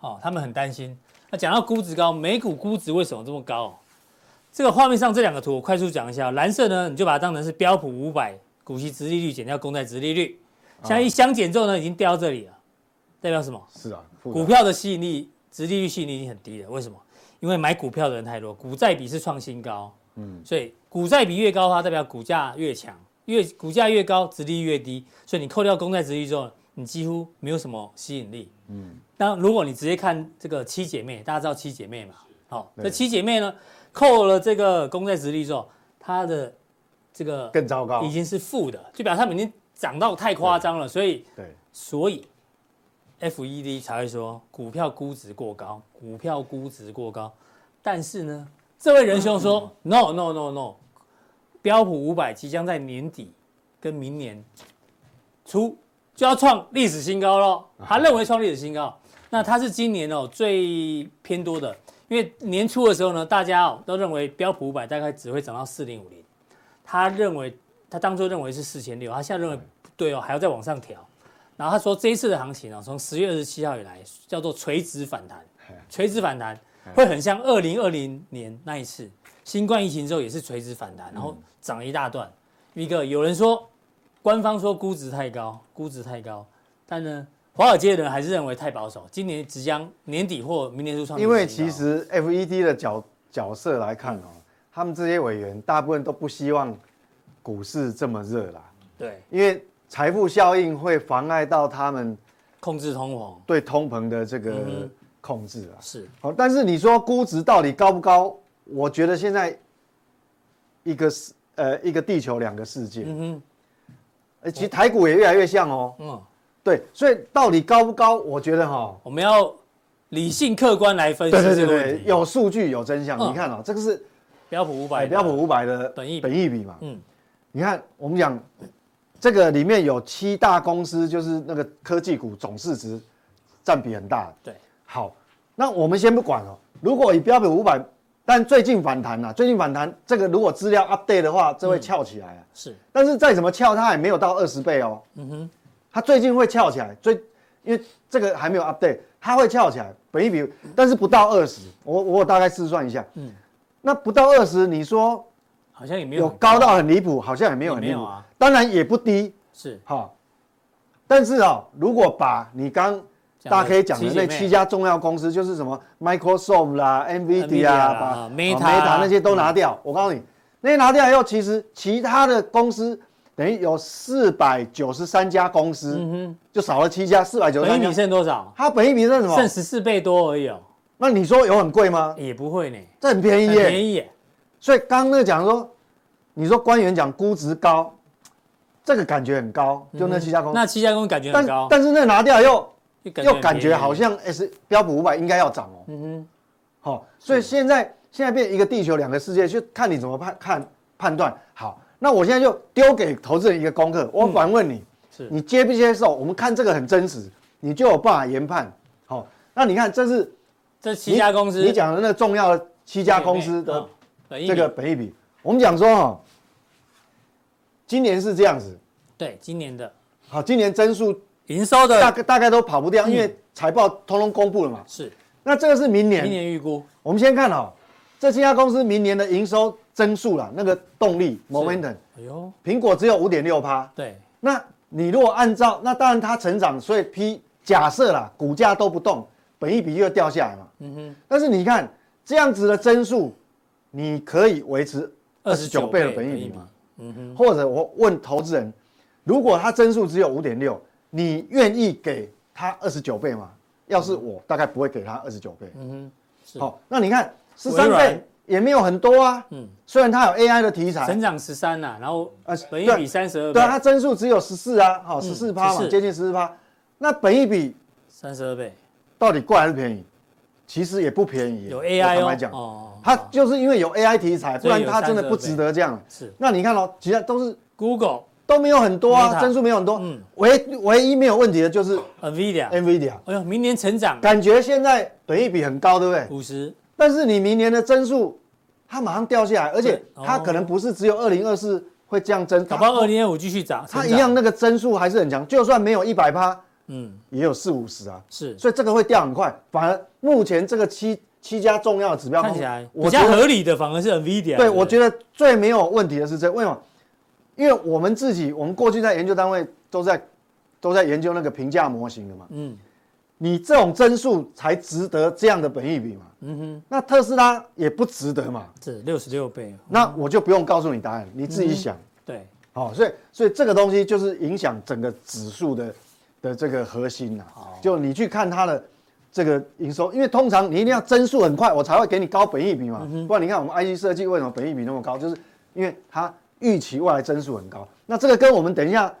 Speaker 2: 哦，他们很担心。那讲到估值高，美股估值为什么这么高哦、这个画面上这两个图，我快速讲一下。蓝色呢，你就把它当成是标普五百股息殖利率减掉公债殖利率，现在一相减之后呢，已经掉到这里了，代表什么？
Speaker 4: 是啊，复杂
Speaker 2: 股票的吸引力，殖利率吸引力已经很低了。为什么？因为买股票的人太多，股债比是创新高，嗯，所以股债比越高，它代表股价越强，越股价越高，殖利率越低，所以你扣掉公债殖利率之后，你几乎没有什么吸引力，嗯。那如果你直接看这个七姐妹，大家知道七姐妹嘛？好、这
Speaker 4: 对
Speaker 2: 七姐妹呢，扣了这个公债殖利率之后，它的这个
Speaker 4: 更糟糕
Speaker 2: 已。经是负的，就表示它们已经涨到太夸张了，所以
Speaker 4: 对，
Speaker 2: 所以 FED 才会说股票估值过高，股票估值过高。但是呢，这位仁兄说、no no no no，标普五百即将在年底跟明年初就要创历史新高喽。他认为创历史新高，那它是今年哦最偏多的，因为年初的时候呢，大家哦都认为标普五百大概只会涨到四零五零，他认为他当初认为是四千六，他现在认为不对哦，还要再往上调。然后他说这一次的行情啊，从十月二十七号以来叫做垂直反弹，垂直反弹会很像二零二零年那一次新冠疫情之后也是垂直反弹，然
Speaker 4: 嗯
Speaker 2: 后涨了一大段。一个有人说，官方说估值太高，估值太高，但呢，华尔街的人还是认为太保守，今年即将年底或明年初创历史新
Speaker 4: 因
Speaker 2: 高。
Speaker 4: 为其实 FED 的角角色来看哦，他们这些委员大部分都不希望股市这么热啦，
Speaker 2: 对
Speaker 4: 因为财富效应会妨碍到他们
Speaker 2: 控制通膨
Speaker 4: 对通膨的这
Speaker 2: 嗯
Speaker 4: 个
Speaker 2: 哼
Speaker 4: 控制啊。
Speaker 2: 是
Speaker 4: 好，但是你说估值到底高不高？我觉得现在一个世呃一个地球两个世界，
Speaker 2: 嗯
Speaker 4: 呃其实台股也越来越像哦。
Speaker 2: 哼嗯，
Speaker 4: 对，所以到底高不高？我觉得哈，
Speaker 2: 我们要理性客观来分析
Speaker 4: 对对
Speaker 2: 这
Speaker 4: 对
Speaker 2: 个问
Speaker 4: 对，
Speaker 2: 题。
Speaker 4: 有数据有真相。
Speaker 2: 嗯
Speaker 4: 你看哦，这个是
Speaker 2: 标普五
Speaker 4: 哎
Speaker 2: 百，
Speaker 4: 标普五百的
Speaker 2: 本益比
Speaker 4: 本益比嘛。
Speaker 2: 嗯
Speaker 4: 你看我们讲这个里面有七大公司，就是那个科技股总市值占比很大的。
Speaker 2: 对
Speaker 4: 好，那我们先不管哦。如果以标普五百，但最近反弹啊啦、最近反弹这个如果资料 update 的话，
Speaker 2: 嗯
Speaker 4: 这会翘起来啊。
Speaker 2: 是
Speaker 4: 但是再怎么翘，它也没有到二十倍哦。嗯哼，它最近会翘起来，最因为这个还没有 update，它会翘起来，本一比，但是不到二十。我我大概试算一下，嗯，那不到二十，你说
Speaker 2: 好像也没有
Speaker 4: 有
Speaker 2: 很啊
Speaker 4: 高到很离谱，好像也没有很离
Speaker 2: 也没
Speaker 4: 谱
Speaker 2: 有啊，
Speaker 4: 当然也不低，
Speaker 2: 是
Speaker 4: 哈、但是哦，如果把你刚大 K 讲的
Speaker 2: 七姐
Speaker 4: 那
Speaker 2: 妹啊
Speaker 4: 七家重要公司，就是什么 Microsoft 啦、
Speaker 2: NVIDIA
Speaker 4: NVIDIA 啊、把
Speaker 2: 啦 Meta 嗯
Speaker 4: 哦 Meta 那些都拿掉。我告诉你，那些拿掉以后，其实其他的公司等于有四百九十三家公司，就少了七家，四百九十
Speaker 2: 嗯本益
Speaker 4: 三
Speaker 2: 比
Speaker 4: 家。
Speaker 2: 剩多少？
Speaker 4: 它本益比是什么
Speaker 2: 剩？十四倍多而已哦，
Speaker 4: 那你说有很贵吗？
Speaker 2: 也不会呢，
Speaker 4: 这很便宜
Speaker 2: 很
Speaker 4: 耶。
Speaker 2: 便宜耶。
Speaker 4: 所以刚刚那个讲说，你说官员讲估值高，这个感觉很高，就那七家公司。
Speaker 2: 那七家公司感觉很
Speaker 4: 但
Speaker 2: 高，
Speaker 4: 但是那拿掉又
Speaker 2: 又
Speaker 4: 又
Speaker 2: 很
Speaker 4: 感
Speaker 2: 便
Speaker 4: 觉
Speaker 2: 宜
Speaker 4: 好像 S 标普五百应该要涨哦。
Speaker 2: 嗯哼，
Speaker 4: 好、所以现在现在变一个地球两个世界，就看你怎么判看判断。好，那我现在就丢给投资人一个功课，我反问你，
Speaker 2: 嗯是
Speaker 4: 你接不接受？我们看这个很真实，你就有办法研判。好、那你看这是
Speaker 2: 这七
Speaker 4: 你
Speaker 2: 家公司
Speaker 4: 你讲的那重要的七家公司的
Speaker 2: 哦本益比
Speaker 4: 这个本益比，我们讲说哈、哦，今年是这样子，
Speaker 2: 对今年的
Speaker 4: 好，今年增速
Speaker 2: 营收
Speaker 4: 大
Speaker 2: 的
Speaker 4: 概大概都跑不掉，因为财报通通公布了嘛。
Speaker 2: 是
Speaker 4: 那这个是明年，
Speaker 2: 明年预估
Speaker 4: 我们先看哦，这七家公司明年的营收增速啦，那个动力 momentum，
Speaker 2: 哎呦，
Speaker 4: 苹果只有五点六趴。
Speaker 2: 对，
Speaker 4: 那你如果按照那当然它成长，所以 P 假设啦，股价都不动，本益比就掉下来嘛。嗯哼。但是你看这样子的增速，你可以维持二十九
Speaker 2: 29
Speaker 4: 倍的本益比哎吗？？或者我问投资人，如果它增速只有五点六，你愿意给他二十九倍吗？要是我，大概不会给他二十九倍。
Speaker 2: 嗯哼，
Speaker 4: 好、那你看十三
Speaker 2: 微软
Speaker 4: 倍也没有很多啊，嗯，虽然它有 AI 的题材，
Speaker 2: 成长十三呐，然后
Speaker 4: 啊
Speaker 2: 本益
Speaker 4: 对
Speaker 2: 比三十二
Speaker 4: 对
Speaker 2: 倍
Speaker 4: 啊，，它增速只有十四啊，
Speaker 2: 嗯
Speaker 4: 好十四趴嘛，
Speaker 2: 14
Speaker 4: 接近十四趴。那本益比
Speaker 2: 三十二倍
Speaker 4: 到底贵还是便宜？其实也不便宜。
Speaker 2: 有
Speaker 4: 我
Speaker 2: AI
Speaker 4: 坦白
Speaker 2: 哦
Speaker 4: 讲，
Speaker 2: 哦，
Speaker 4: 它就是因为有 AI 题材，不
Speaker 2: 所以
Speaker 4: 然
Speaker 2: 有
Speaker 4: 它真的
Speaker 2: 32
Speaker 4: 不值得这样。
Speaker 2: 是
Speaker 4: 那你看哦，其他都是
Speaker 2: Google、
Speaker 4: 都没有很多啊，
Speaker 2: Meta
Speaker 4: 增速没有很多
Speaker 2: 嗯。啊
Speaker 4: 唯唯一没有问题的就是
Speaker 2: NVIDIA，
Speaker 4: NVIDIA，
Speaker 2: 哎呦，明年成长
Speaker 4: 感觉现在本益比很高，对不对？
Speaker 2: 五十，
Speaker 4: 但是你明年的增速它马上掉下来，而且
Speaker 2: 对哦
Speaker 4: 它可能不是只有二零二四会这样增，
Speaker 2: 搞不好
Speaker 4: 它
Speaker 2: 二零二五继续涨，
Speaker 4: 它
Speaker 2: 成
Speaker 4: 一
Speaker 2: 长
Speaker 4: 样，那个增速还是很强，就算没有一百趴，
Speaker 2: 嗯，
Speaker 4: 也有四五十啊，
Speaker 2: 是
Speaker 4: 所以这个会掉很快。反而目前这个七七家重要的指标
Speaker 2: 看起来比
Speaker 4: 我觉
Speaker 2: 较
Speaker 4: 得
Speaker 2: 合理的反而是 NVIDIA，
Speaker 4: 对，我觉
Speaker 2: 得
Speaker 4: 得最没有问题的是这，为什么？因为我们自己，我们过去在研究单位都在都在研究那个评价模型的嘛，
Speaker 2: 嗯
Speaker 4: 嗯，你这种增速才值得这样的本益比嘛，嗯哼，那特斯拉也不值得嘛，
Speaker 2: 是六十六倍，
Speaker 4: 那我就不用告诉你答案，你自己想。
Speaker 2: 对，
Speaker 4: 好、哦所以所以这个东西就是影响整个指数的的这个核心呐、就你去看它的这个营收，因为通常你一定要增速很快，我才会给你高本益比嘛。不然你看我们 IC 设计为什么本益比那么高，就是因为它预期未来增速很高。那这个跟我们等一下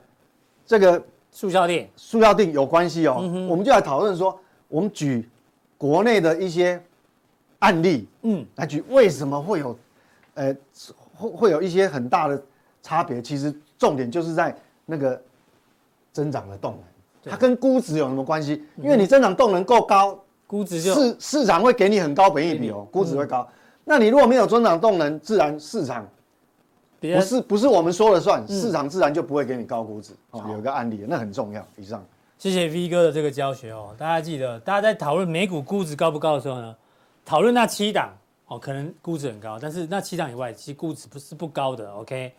Speaker 4: 这个
Speaker 2: 速效店
Speaker 4: 塑料定有关系哦。我们就来讨论说，我们举国内的一些案例，
Speaker 2: 嗯
Speaker 4: 嗯，来举为什么会有，呃，会会有一些很大的差别。其实重点就是在那个增长的动能，它跟估值有什么关系？因为你增长动能够高，
Speaker 2: 估值就
Speaker 4: 市市场会给你很高本益比哦，估值会高。那你如果没有增长动能，自然市场
Speaker 2: 比较
Speaker 4: 不是不是我们说了算，市场自然就不会给你高估值。哦，有一个案例，那很重要。以上。
Speaker 2: 谢谢 V 哥的这个教学哦，大家记得，大家在讨论美股估值高不高的时候呢，讨论那七档哦，可能估值很高，但是那七档以外，其实估值不是不高的，OK？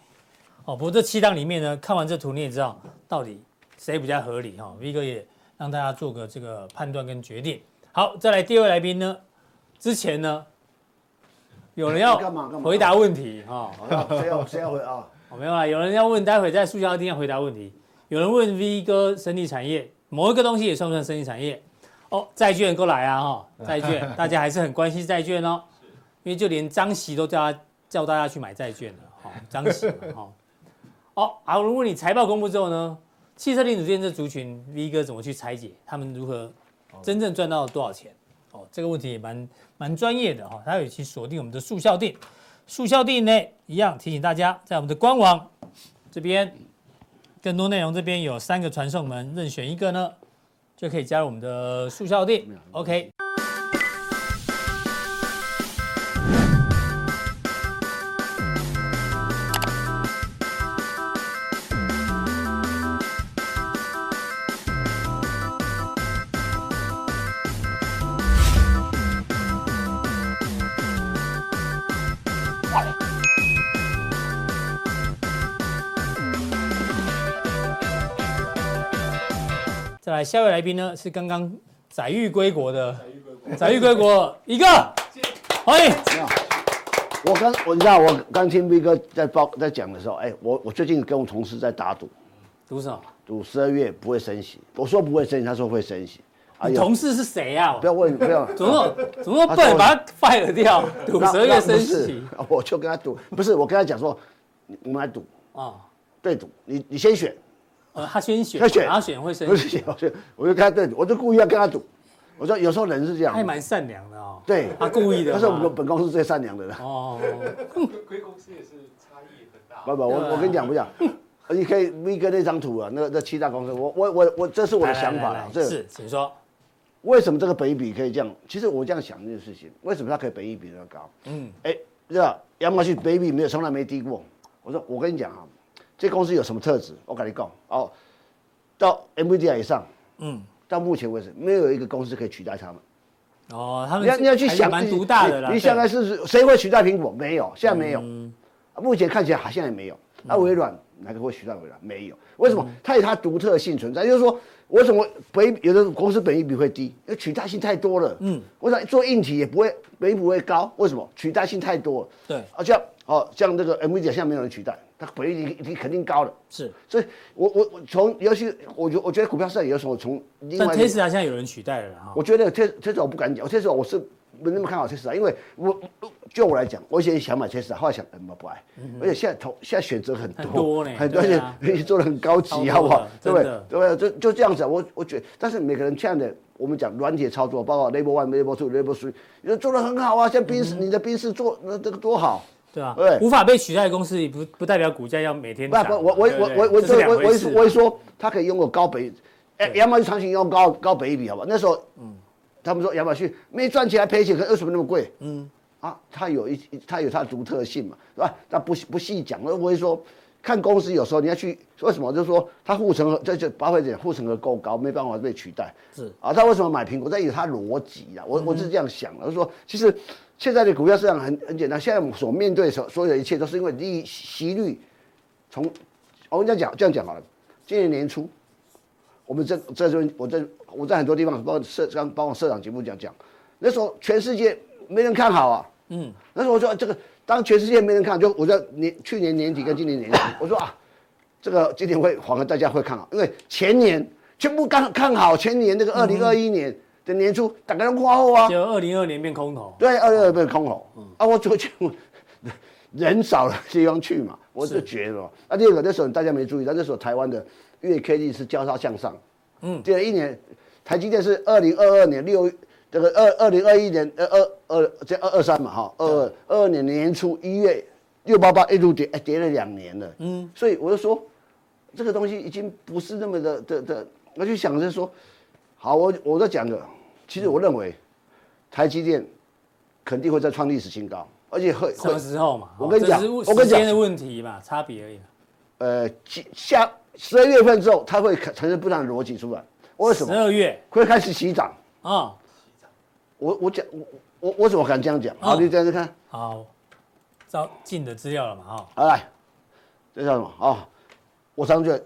Speaker 2: 哦，不过这七档里面呢，看完这图你也知道到底谁比较合理哈、V 哥也让大家做个这个判断跟决定。好，再来第二位来宾呢，之前呢有人要
Speaker 3: 干嘛干嘛
Speaker 2: 回答问题哦哈、
Speaker 3: 好了，谁要谁要回啊？
Speaker 2: 哦，没有啦，有人要问，待会在速销店要回答问题。有人问 V 哥生意产业某一个东西也算不算生意产业？哦，债券过来啊哈、债券大家还是很关心债券哦，因为就连张喜都叫他叫大家去买债券了，哈、张喜嘛哈。哦，好，如果你财报公布之后呢，汽车零组件这族群 V 哥怎么去拆解？他们如何真正赚到多少钱？哦，这个问题也蛮蛮专业的哈、他有去锁定我们的速效定。速效定呢，一样提醒大家，在我们的官网这边，更多内容这边有三个传送门，任选一个呢，就可以加入我们的速效定。OK。再来，下一位来宾呢是刚刚载誉归国的，载誉归国一个，欢迎。
Speaker 3: 我刚我你知道我刚听 B 哥在报在讲的时候，哎，我我最近跟我同事在打赌，
Speaker 2: 读什么？
Speaker 3: 赌十二月不会升息。我说不会升息，他说会升息。
Speaker 2: 你
Speaker 3: 有
Speaker 2: 同事是谁呀、啊
Speaker 3: 不？要问，不 要。
Speaker 2: 怎么那么怎么那么笨，把他 fire 掉，赌
Speaker 3: 那
Speaker 2: 蛇月
Speaker 3: 那
Speaker 2: 升
Speaker 3: 不是
Speaker 2: 息
Speaker 3: 我就跟他赌，不是我跟他讲说，你我们来赌，
Speaker 2: 啊！
Speaker 3: 对赌，你你先选，
Speaker 2: 呃，他先选，
Speaker 3: 他选
Speaker 2: 然后选会升
Speaker 3: 不
Speaker 2: 息，
Speaker 3: 是我就我就跟他对赌，我就故意要跟他赌。我说有时候人是这样
Speaker 2: 他，也蛮善良的哦。
Speaker 3: 对，
Speaker 2: 他故意的吗。
Speaker 3: 他是我们本公司最善良的人。
Speaker 2: 哦，
Speaker 5: 贵公司也是差异很大。
Speaker 3: 不不，
Speaker 2: 啊
Speaker 3: 我我跟你讲不讲，你可以 V 哥那张图啊，那那七大公司，我我我我，这是我的
Speaker 2: 来
Speaker 3: 想法
Speaker 2: 来来
Speaker 3: 啊
Speaker 2: 来。
Speaker 3: 这
Speaker 2: 是，请说。
Speaker 3: 为什么这个本益比可以这样？其实我这样想这件事情，为什么它可以本益比那么高？嗯，哎，对吧？亚马逊本益比没有从来没低过。我说我跟你讲啊，这公司有什么特质？我跟你讲哦，到 NVIDIA 以上，
Speaker 2: 嗯，
Speaker 3: 到目前为止，没有一个公司可以取代他们。
Speaker 2: 哦，他们
Speaker 3: 你要你要去
Speaker 2: 还是
Speaker 3: 想，
Speaker 2: 蛮
Speaker 3: 你
Speaker 2: 独大的啦。对
Speaker 3: 你
Speaker 2: 嗯
Speaker 3: 你想来是谁会取代苹果？没有，现在没有。啊目前看起来好像也没有。那微软哪个会取代微软？没有。为什
Speaker 2: 嗯
Speaker 3: 么？它有它独特性存在，就是说，为什么本益有的公司本益比会低？因为取代性太多了。嗯，我想做硬体也不会本益比不会高，为什么？取代性太多了。
Speaker 2: 对，
Speaker 3: 啊，像哦，像这个 NVIDIA 现在没有人取代，它本益比一定肯定高了。
Speaker 2: 是，
Speaker 3: 所以我，我我从尤其我觉我觉得股票市场有时候从另
Speaker 2: 但
Speaker 3: 外一个
Speaker 2: Tesla 现在有人取代了啦哈。
Speaker 3: 我觉得 Tesla 我不敢讲，Tesla 我是没那么看好特斯拉，因为我我就我来讲，我以前想买特斯拉，后来想嗯不不爱，而且现在投现在选择很多
Speaker 2: 很多呢
Speaker 3: 很多而
Speaker 2: 对
Speaker 3: 且
Speaker 2: 啊
Speaker 3: 而且做的很高
Speaker 2: 超多
Speaker 3: 级，
Speaker 2: 的
Speaker 3: 好不好？对不
Speaker 2: 真
Speaker 3: 对
Speaker 2: 的？
Speaker 3: 对，就就这样子啊。我我觉得，但是每个人这样的，我们讲软体操作，包括 Level One、Level Two、Level Three，你说做的很好啊，像宾士，
Speaker 2: 嗯
Speaker 3: 你的宾士做那这个多好。
Speaker 2: 对吧？
Speaker 3: 对
Speaker 2: 无法被取代的公司，不不代表股价要每天
Speaker 3: 不啊
Speaker 2: 涨。
Speaker 3: 不，我我
Speaker 2: 对
Speaker 3: 我
Speaker 2: 对
Speaker 3: 我我
Speaker 2: 这是两
Speaker 3: 我
Speaker 2: 回事
Speaker 3: 我我一说，他可以拥有高北，哎，亚马逊长期用高高北一比，好吧？那时候，嗯，他们说亚马逊没赚钱还赔钱，可是为什么那么贵？嗯，啊，它有一它有它的独特性嘛，是吧？那不不细讲，我会说。看公司有时候你要去为什么？就是说它护城河，这就巴菲特讲护城河够高，没办法被取代。
Speaker 2: 是嗯
Speaker 3: 啊，他为什么买苹果？这有他逻辑啊，我我是这样想的，就是说其实现在的股票市场很很简单，现在我们所面对的所所有的一切都是因为利息率从哦我跟大家讲这样讲好了，今年年初，我们这在这边我在我在很多地方，包括社刚包括社长节目讲讲，那时候全世界没人看好啊，嗯，那时候我说这个当全世界没人看，就我在年去年年底跟今年年底，我说啊，这个今年会反而大家会看好，因为前年全部刚看好，前年那个二零二一年的年初，大家都夸后啊，
Speaker 2: 就二零二年变空头，
Speaker 3: 对，二六二被空了。啊，我昨天我人少的地方去嘛，我就觉得嘛。啊，第二个那时候大家没注意到，那时候台湾的月 K D 是交叉向上。嗯，第二一年，台积电是二零二二年六这个二二零二一年呃二二这二二三嘛哈，二二二二年年初一月六八八一路跌，哎跌了两年了。嗯，所以我就说。这个东西已经不是那么的的的，我就想着说，好，我我再讲个，其实我认为台积电肯定会再创历史新高，而且会
Speaker 2: 什
Speaker 3: 会
Speaker 2: 么时候嘛？哦
Speaker 3: 我跟你讲
Speaker 2: 这是
Speaker 3: 我跟你
Speaker 2: 时
Speaker 3: 讲
Speaker 2: 间的问题嘛，差别而已嘛。
Speaker 3: 呃下下十二月份之后，它会产生不同的逻辑出来，为什
Speaker 2: 十
Speaker 3: 么
Speaker 2: 二月
Speaker 3: 会开始起涨？
Speaker 2: 啊，
Speaker 3: 我我讲我我我怎么敢这样讲？好，
Speaker 2: 哦
Speaker 3: 你这样子看，
Speaker 2: 好，照进的资料了嘛？哈，
Speaker 3: 好来，这叫什么啊、哦我常觉得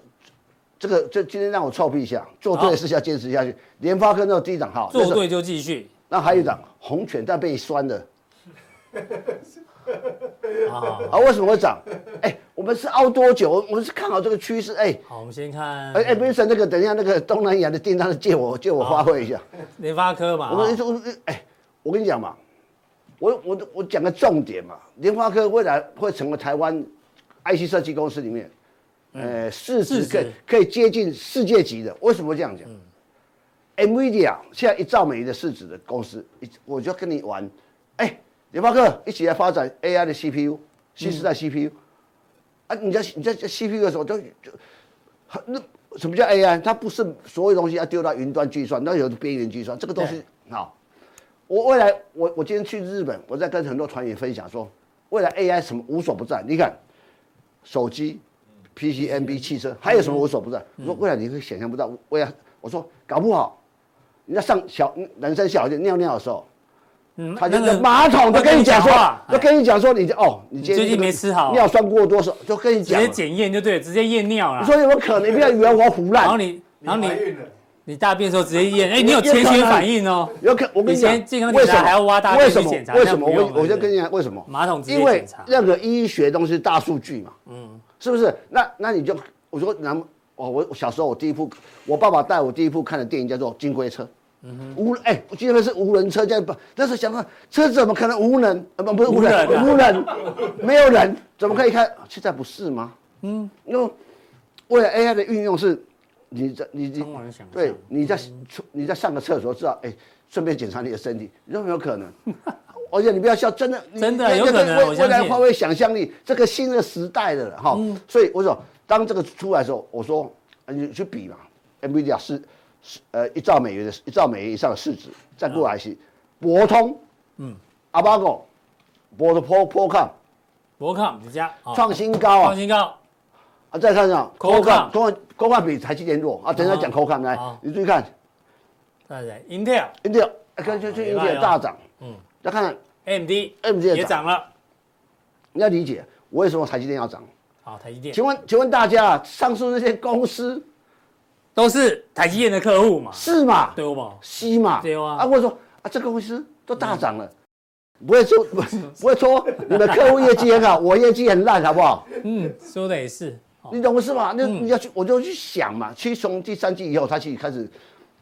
Speaker 3: 这个这今天让我臭屁一下，做对的事要坚持下去。联发科那时候低档好，那时
Speaker 2: 做
Speaker 3: 候
Speaker 2: 对就继续。
Speaker 3: 那还有一档红犬，但被酸的。
Speaker 2: 好，
Speaker 3: 啊，为什么会涨？哎、我们是熬多久？我们是看好这个趋势。哎、
Speaker 2: 好，我们先看
Speaker 3: 哎哎，不是那个，等一下那个东南亚的订单借我借我发挥一下。
Speaker 2: 联发科嘛。
Speaker 3: 我跟
Speaker 2: 哈
Speaker 3: 你说，哎、我跟你讲嘛，我我我讲个重点嘛，联发科未来会成为台湾 IC 设计公司里面，呃，市值
Speaker 2: 嗯市值嗯
Speaker 3: 可以可以接近世界级的。为什么会这样讲、NVIDIA 现在一兆美元的市值的公司，一我就跟你玩，哎、联发科一起来发展 AI 的 CPU，新时
Speaker 2: 嗯
Speaker 3: 代 CPU。啊，你在你在这 CPU 的时候都就很那什么叫 AI？它不是所有东西要丢到云端计算，那有的边缘计算，这个东西好。我未来我我今天去日本，我在跟很多团员分享说，未来 AI 什么无所不在。你看，手机、PCNB、汽车，还有
Speaker 2: 嗯
Speaker 3: 什么无所不在？我说未来你会想象不到，未来我说搞不好，你在上小男生小孩尿尿的时候，
Speaker 2: 嗯
Speaker 3: 他就
Speaker 2: 那
Speaker 3: 在
Speaker 2: 个
Speaker 3: 马桶都
Speaker 2: 会跟
Speaker 3: 跟你讲说
Speaker 2: 话，
Speaker 3: 都跟你讲说你这哦，你今天
Speaker 2: 最近
Speaker 3: 这个
Speaker 2: 没吃好
Speaker 3: 尿酸过多少，就跟你
Speaker 2: 直
Speaker 3: 讲
Speaker 2: 接
Speaker 3: 了。
Speaker 2: 检验就对了，直接验尿
Speaker 3: 你
Speaker 2: 啦。
Speaker 3: 说有没有可能？你不要以为我胡
Speaker 2: 然后
Speaker 3: 乱。
Speaker 2: 你，然后
Speaker 5: 怀
Speaker 2: 你，
Speaker 5: 孕了，
Speaker 2: 你大便的时候直接验，哎，你有潜血反应哦。
Speaker 3: 有可，我跟你
Speaker 2: 以
Speaker 3: 讲
Speaker 2: 前健康，检
Speaker 3: 为
Speaker 2: 查
Speaker 3: 什么
Speaker 2: 还要挖大便
Speaker 3: 为
Speaker 2: 去
Speaker 3: 什么
Speaker 2: 检查？
Speaker 3: 为什么？
Speaker 2: 现在不用
Speaker 3: 我我
Speaker 2: 了
Speaker 3: 就跟你讲，为什么？
Speaker 2: 马桶直接
Speaker 3: 因为
Speaker 2: 检查
Speaker 3: 任何医学东西大数据嘛，嗯，是不是？那那你就我说那么哦，我我小时候我第一部，我爸爸带我第一部看的电影叫做《金龟车》，嗯无哎，金龟车是无人车，这样不，那时候想看车怎么可能无人？呃，不不是无人
Speaker 2: 无人，啊
Speaker 3: 无人，没有人，怎么可以开？啊现在不是吗？嗯，因为未来 AI 的运用是，你在你你
Speaker 2: 当然想象嗯
Speaker 3: 对你在你在上个厕所，知道哎，顺便检查你的身体，你说有没有可能？ 而且你不要笑，真的，你
Speaker 2: 真的
Speaker 3: 你
Speaker 2: 有
Speaker 3: 你
Speaker 2: 可能
Speaker 3: 未
Speaker 2: 我相信嗯
Speaker 3: 未来发挥想象力，这个新的时代的了哈。所以我说，当这个出来的时候，我说呃你去比嘛，NVIDIA 是是呃一兆美元的一兆美元以上的市值，再过来
Speaker 2: 啊
Speaker 3: 是博通，嗯，阿巴狗，博的波波康
Speaker 2: 博康你家哦
Speaker 3: 创新高啊
Speaker 2: 创，新高，
Speaker 3: 啊，再看上
Speaker 2: Qualcomm
Speaker 3: 科创科创比台积电弱啊。等一下讲科创来
Speaker 2: 好，
Speaker 3: 你注意看
Speaker 2: 对对，Intel、
Speaker 3: ，Intel，哎看就就
Speaker 2: 啊明白
Speaker 3: Intel
Speaker 2: 了
Speaker 3: 大涨，嗯，再看看
Speaker 2: AMD
Speaker 3: AMD
Speaker 2: 也
Speaker 3: 也
Speaker 2: 涨
Speaker 3: 涨
Speaker 2: 了，
Speaker 3: 你要理解为什么台积电要涨。
Speaker 2: 好，台积电
Speaker 3: 请问，请问大家，上述那些公司
Speaker 2: 都是台积电的客户嘛，
Speaker 3: 是嘛？
Speaker 2: 对不？
Speaker 3: 西嘛？
Speaker 2: 对啊嗯
Speaker 3: 啊，我说啊，这个公司都大涨了，不会说不不会说你们客户业绩很好，我业绩很烂，好不好？
Speaker 2: 嗯，说的也是，哦
Speaker 3: 嗯你懂我是吧？那你要去，我就去想嘛。其实从第三季以后，它其实开始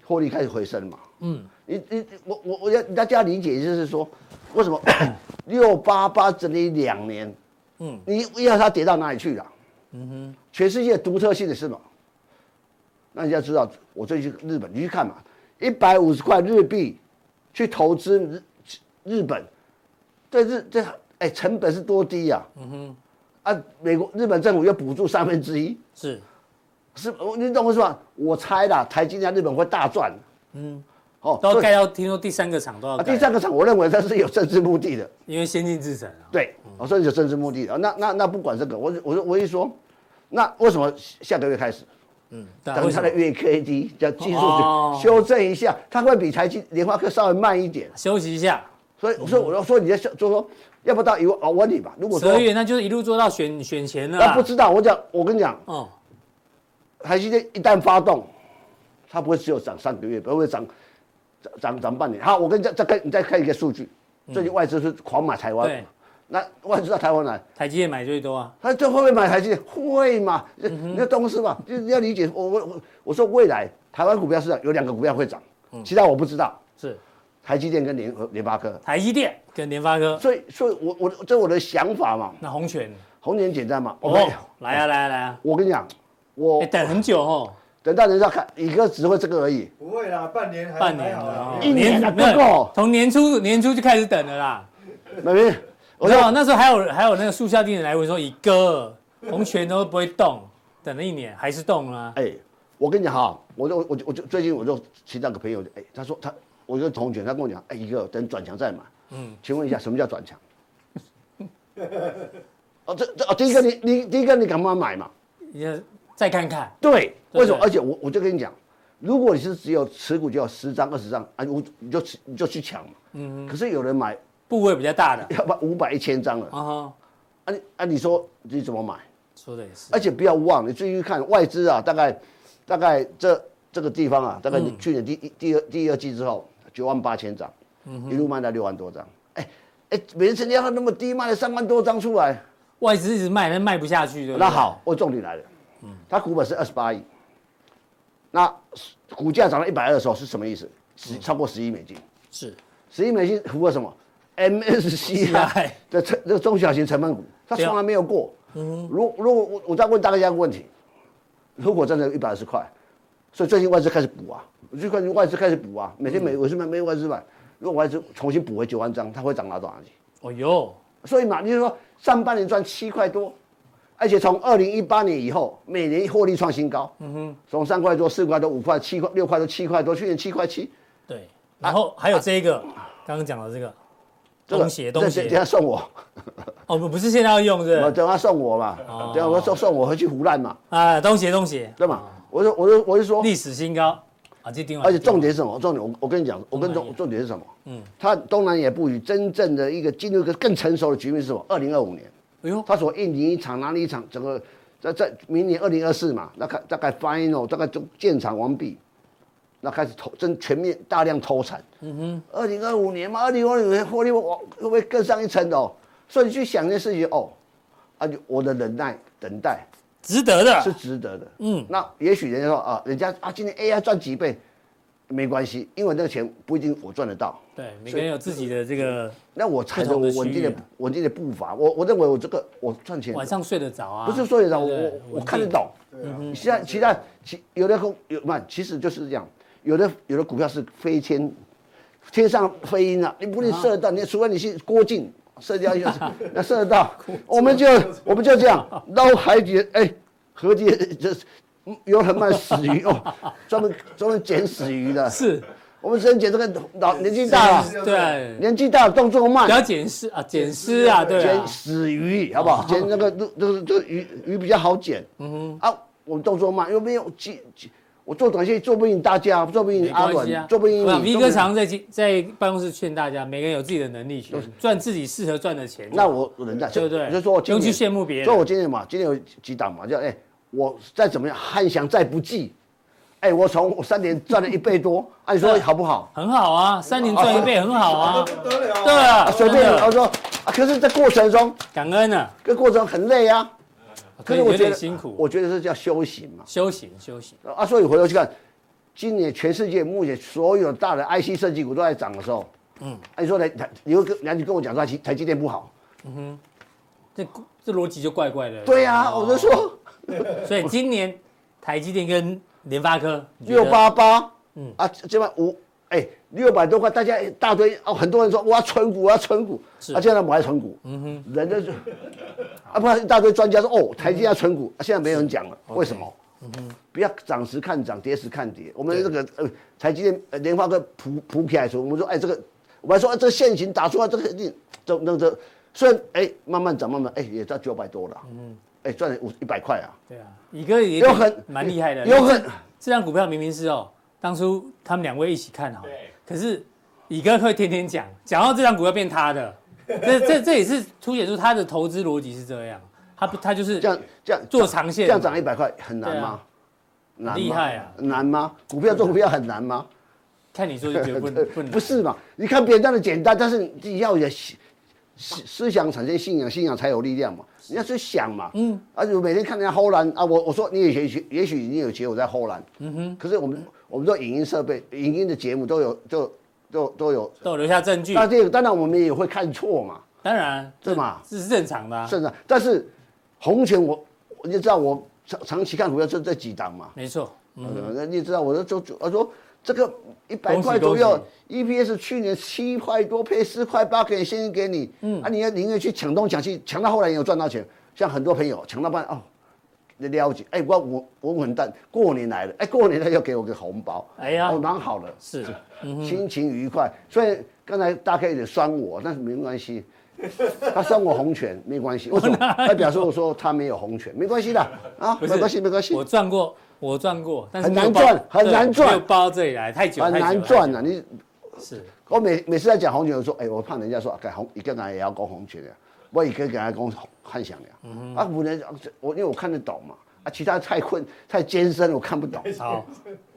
Speaker 3: 获利开始回升嘛。嗯，你你我我我要大家理解就是说，为什么六八八整理两年，嗯，你要它跌到哪里去了？嗯哼，全世界独特性的是什么？那你要知道，我最近去日本，你去看嘛，一百五十块日币去投资日日本，对日这哎成本是多低呀、嗯哼，啊，美国日本政府又补助三分之一，
Speaker 2: 是
Speaker 3: 是，我你懂我说吧？我猜啦，台积电在日本会大赚。嗯，哦，
Speaker 2: 都要
Speaker 3: 所以
Speaker 2: 盖到，听说第三个厂都要
Speaker 3: 啊
Speaker 2: 盖，
Speaker 3: 第三个厂，我认为它是有政治目的的。
Speaker 2: 因为先进制程啊，
Speaker 3: 对，我说有政治目的的。那那那不管这个，我我我一说，那为什么下个月开始？
Speaker 2: 嗯，
Speaker 3: 等
Speaker 2: 为什
Speaker 3: 它
Speaker 2: 么
Speaker 3: 的月 K D 叫技术
Speaker 2: 哦
Speaker 3: 修正一下，它会比台积莲花科稍微慢一点。
Speaker 2: 休息一下，
Speaker 3: 所以所以我就说你在就说，要不到一万，哦我问你吧。如果
Speaker 2: 十
Speaker 3: 说
Speaker 2: 二月啊那就是一路做到选选前了
Speaker 3: 那
Speaker 2: 啦
Speaker 3: 不，知道，我讲我跟你讲，
Speaker 2: 哦，
Speaker 3: 台积电一旦发动，它不会只有涨三个月，不会涨涨涨涨半年。好，我跟你再再看，你再看一个数据，最近外资是狂买台湾
Speaker 2: 嗯对，
Speaker 3: 那外资到台湾来，
Speaker 2: 台积电买最多啊，
Speaker 3: 他最后面买台积电会嘛？这
Speaker 2: 嗯
Speaker 3: 那东西嘛，就是要理解。我我我我说未来台湾股票市场有两个股票会涨，
Speaker 2: 嗯
Speaker 3: 其他我不知道，
Speaker 2: 是
Speaker 3: 台积电跟联合联发科。
Speaker 2: 台积电跟联发科，
Speaker 3: 所以所以我我这我的想法嘛，
Speaker 2: 那红权，
Speaker 3: 红点简单嘛。我跟
Speaker 2: 哦
Speaker 3: 你，
Speaker 2: 来啊来啊来啊，
Speaker 3: 我跟你讲，我
Speaker 2: 哎，等很久哦，
Speaker 3: 等到人家看，一个只会这个而已。
Speaker 4: 不会啦，半年还啊
Speaker 2: 半年了哦，
Speaker 3: 一年还不
Speaker 2: 没有
Speaker 3: 够
Speaker 2: 从年初年初就开始等了啦。
Speaker 3: 那边，
Speaker 2: 我
Speaker 3: 我
Speaker 2: 知道
Speaker 3: 说
Speaker 2: 那时候还有啊还有那个速效定人来问说，以哥红拳都不会动，等了一年还是动了、啊。
Speaker 3: 哎，我跟你讲哈，我就我就我就最近我就请到个朋友，哎，他说他我一个同学，他跟我讲，哎，一个等转强再买。嗯，请问一下，什么叫转强？ 哦，这这哦，第一个你你第一个你敢不敢买嘛？
Speaker 2: 你看再看看，
Speaker 3: 对，
Speaker 2: 对
Speaker 3: 为什么？
Speaker 2: 对
Speaker 3: 而且我我就跟你讲，如果你是只有持股就有十张二十张啊，我你就你就去抢嘛。嗯，可是有人买
Speaker 2: 部位比较大的
Speaker 3: 要把五百一千张了
Speaker 2: 啊哈，
Speaker 3: 啊你啊，你说你怎么买？
Speaker 2: 说的也是
Speaker 3: 而。且不要忘了，你注意看外资啊，大概大概这这个地方啊，大概去年第一、第二第二季之后，九万八千张，一路卖到六万多张。哎哎，每次成交量那么低，卖了三万多张出来，
Speaker 2: 外资一直卖，那卖不下去，对不对？
Speaker 3: 那好，，我重点来了，它股本是二十八亿，那股价涨到一百二的时候是什么意思？十超过十亿美金，
Speaker 2: 是
Speaker 3: 十亿美金符合什么？MSCI 啊
Speaker 2: CI
Speaker 3: 这成这个中小型成分股，它
Speaker 2: 对啊
Speaker 3: 从来没有过。如如果我我再问大家一个问题，如果真的有一百二十块，所以最近外资开始补啊，我就看外资开始补啊，每天每我是没没有外资买，如果外资重新补回九万张，它会涨到多少去？
Speaker 2: 哦哟，
Speaker 3: 所以嘛，你就说上半年赚七块多，而且从二零一八年以后，每年获利创新高。嗯哼，从三块多、四块多、五块、七块、六块多、七块多，去年七块七。
Speaker 2: 对。然后还有这一个，刚刚讲的这个
Speaker 3: 啊这个
Speaker 2: 东协东
Speaker 3: 这
Speaker 2: 协
Speaker 3: 等下送我，
Speaker 2: 哦，不不是现在要用是不
Speaker 3: 我
Speaker 2: 是？
Speaker 3: 等下送我嘛，等下我送送我回去胡乱嘛，
Speaker 2: 啊，东协东协
Speaker 3: 对嘛？我就我就我就说，
Speaker 2: 历史新高啊，这定
Speaker 3: 而且重点是什么？重点我我跟你讲，我跟重重点是什么？嗯，他东南亚布局真正的一个进入一个更成熟的局面是什么？二零二五年。
Speaker 2: 哎呦，
Speaker 3: 他所印尼一场、哪里一场，整个在在明年二零二四嘛，那开大概 final 大概就建厂完毕，那开始投真全面大量投产。嗯哼，二零二五年嘛，二零二五年获利往会不会更上一层楼？所以你去想一件事情哦，啊，就我的忍耐等待
Speaker 2: 值得
Speaker 3: 是
Speaker 2: 的，
Speaker 3: 值得的。
Speaker 2: 啊嗯，
Speaker 3: 那也许人家说啊，人家啊今年 AI 赚几倍，没关系，因为那个钱不一定我赚得到。
Speaker 2: 对，每个人有自己的这个
Speaker 3: 那我踩着
Speaker 2: 不同的
Speaker 3: 我
Speaker 2: 区域
Speaker 3: 稳定的
Speaker 2: 啊
Speaker 3: 稳定的步伐，我我认为我这个我赚钱
Speaker 2: 晚上睡得着啊，
Speaker 3: 不是说有人我
Speaker 2: 对不对
Speaker 3: 我我
Speaker 2: 稳
Speaker 3: 看得
Speaker 2: 定
Speaker 3: 懂。其他其他其有的股有嘛，其实就是这样，有的有的股票是飞天，天上飞鹰啊，你不能射得到，你除非你是郭靖射雕英雄，那射得到。我们就我们就这样捞海底，哎，河底这有很慢死鱼哦，专门专门捡死鱼的。
Speaker 2: 是，
Speaker 3: 我们只能捡这个老年纪大了，
Speaker 2: 对，
Speaker 3: 年纪大了动作慢
Speaker 2: 不，要捡尸啊，捡尸啊，对啊哦
Speaker 3: 捡，死鱼，好不好？捡那个那那个这个鱼鱼比较好捡。嗯啊，我们动作慢，又没有几几，我做短线做不赢大家，做不
Speaker 2: 没
Speaker 3: 赢阿
Speaker 2: 关系啊
Speaker 3: 伦，，做不赢
Speaker 2: 我想
Speaker 3: 你。
Speaker 2: V
Speaker 3: 做不
Speaker 2: 哥
Speaker 3: 赢
Speaker 2: 常在在办公室劝大家，每个人有自己的能力去赚自己适合赚的钱。
Speaker 3: 嗯那我我忍耐，
Speaker 2: 对不对
Speaker 3: 就说我今
Speaker 2: 不用
Speaker 3: 年
Speaker 2: 去羡慕别人
Speaker 3: 所以我今年嘛，今年有几档嘛，就哎，我再怎么样，汉翔再不济，哎，我从我三年赚了一 倍多，按说好不好？
Speaker 2: 很好啊，三年赚一倍很好啊，
Speaker 4: 不得 了
Speaker 2: 对啊，
Speaker 3: 啊，随便
Speaker 2: 真的
Speaker 3: 我说，啊可是，在过程中，
Speaker 2: 感恩啊，
Speaker 3: 这过程中很累啊。可是我
Speaker 2: 有
Speaker 3: 觉
Speaker 2: 点
Speaker 3: 得
Speaker 2: 辛苦，
Speaker 3: 我觉得是叫修行嘛。
Speaker 2: 修行修行，
Speaker 3: 啊，所以回头去看，今年全世界目前所有大的 IC 设计股都在涨的时候，嗯，按、你说来，台你又跟然后你跟我讲说台积台积电不好，
Speaker 2: 这这逻辑就怪怪的。
Speaker 3: 对呀、我就说
Speaker 2: 所以今年台积电跟联发科
Speaker 3: 六，八八，
Speaker 2: 嗯
Speaker 3: 嗯啊，这边五哎六百多块，大家一大堆哦，很多人说我要存股，我要存股，
Speaker 2: 是
Speaker 3: 啊，现在我还存股，嗯哼，人家就啊，不然一大堆专家说
Speaker 2: 嗯
Speaker 3: 哦，台积电要存股，啊现在没人讲了，为什么？不要涨时看涨，跌时看跌。我们这个呃，台积电、呃联发科普普起来的时候，我们说，哎，这个，我们还说、啊这个现行打出来，这个一定，这那这，虽然哎慢慢涨，慢慢哎也到九百多了，嗯，哎赚了五一百块啊，
Speaker 2: 对啊，乙哥也
Speaker 3: 有很
Speaker 2: 蛮厉害的，
Speaker 3: 有很
Speaker 2: 这张股票明明是哦，当初他们两位一起看好，
Speaker 5: 对
Speaker 2: 可是乙哥会天天讲，讲到这张股票变他的，这这这也是凸显出他的投资逻辑是这样，他不他就是
Speaker 3: 啊这样这样
Speaker 2: 做长线
Speaker 3: 这样涨一百块很难
Speaker 2: 对
Speaker 3: 吗？
Speaker 2: 啊
Speaker 3: 难吗
Speaker 2: 厉害啊
Speaker 3: 难吗？股票做股票很 难吗？
Speaker 2: 看你做就觉得不 不能
Speaker 3: 不是嘛？你看别人那的简单，但是你自己要有思思思想产生信仰，信仰才有力量嘛。你要去想嘛，嗯，而且我每天看人家后栏啊，我我说你也许也许你有节我在后栏，嗯哼，可是我们我们做影音设备、影音的节目都有都都都有，
Speaker 2: 都有留下证据，
Speaker 3: 那这个当然我们也会看错嘛，
Speaker 2: 当然
Speaker 3: 对嘛
Speaker 2: 这是正常的啊，
Speaker 3: 甚至但是红权我我就知道我长长期看股票就这几档嘛，
Speaker 2: 没错，嗯
Speaker 3: 嗯，那你知道，我就就就我说这个一百
Speaker 2: 恭喜
Speaker 3: 块左
Speaker 2: 恭
Speaker 3: 右，EPS 去年七块多配四块八给你，现金给你，嗯，啊，你要宁愿去抢东抢西，抢到后来也有赚到钱。像很多朋友抢到半哦，了解，哎，我我我混蛋，过年来了，哎，过年他又给我个红包，
Speaker 2: 哎呀
Speaker 3: 哦，蛮好的，
Speaker 2: 是
Speaker 3: 心情愉快。所以刚才大家有点酸我，但是没关 系。他酸我红拳没关系，
Speaker 2: 哦
Speaker 3: 为什么？他表示我说他没有红拳，没关系的啊，
Speaker 2: 不是
Speaker 3: 没关系，没关系。
Speaker 2: 我赚过，我赚过，但是
Speaker 3: 很
Speaker 2: 没
Speaker 3: 难
Speaker 2: 有包
Speaker 3: 赚很
Speaker 2: 对
Speaker 3: 难赚
Speaker 2: 没有包到这里来太久，
Speaker 3: 很
Speaker 2: 太久
Speaker 3: 难
Speaker 2: 了
Speaker 3: 赚呐、啊！你
Speaker 2: 是
Speaker 3: 我每每次在讲红酒，我说，哎、我怕人家说，改红，一个人也要讲红酒的，我一个人要讲汉翔的，
Speaker 2: 嗯
Speaker 3: 啊，不能，我因为我看得懂嘛，啊，其他太困太艰深了，我看不懂。
Speaker 2: 好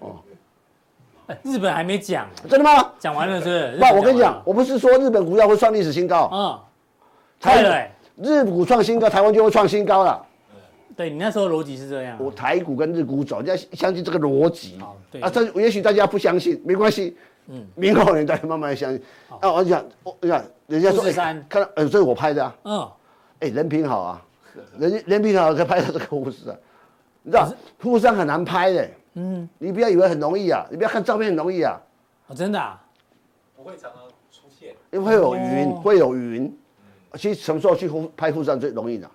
Speaker 2: 哦。日本还没讲，
Speaker 3: 真的吗？
Speaker 2: 讲完了是不是？日
Speaker 3: 不，
Speaker 2: 本
Speaker 3: 我跟你
Speaker 2: 完
Speaker 3: 讲，
Speaker 2: 了，
Speaker 3: 我不是说日本股票会创历史新高，
Speaker 2: 嗯，
Speaker 3: 台
Speaker 2: 快
Speaker 3: 湾
Speaker 2: 了欸，
Speaker 3: 日股创新高，台湾就会创新高了。
Speaker 2: 对你那时候逻辑是这样啊，
Speaker 3: 我台股跟日股走，你要相信这个逻辑
Speaker 2: 好对
Speaker 3: 啊。但是也许大家不相信，没关系，嗯，明后年大家慢慢相信。啊，我讲，我讲，人家说，
Speaker 2: 富士
Speaker 3: 哎
Speaker 2: 山
Speaker 3: 看到，呃，这是我拍的啊。
Speaker 2: 嗯，
Speaker 3: 哎、人品好啊，人人品好可以拍到这个护士啊，你知道护士上很难拍的、嗯，你不要以为很容易啊，你不要看照片很容易啊，
Speaker 2: 哦，真的啊，
Speaker 5: 不会常常出现。
Speaker 3: 因为会有云，
Speaker 2: 哦
Speaker 3: 会有云，其实什么时候去护拍护士上最容易呢？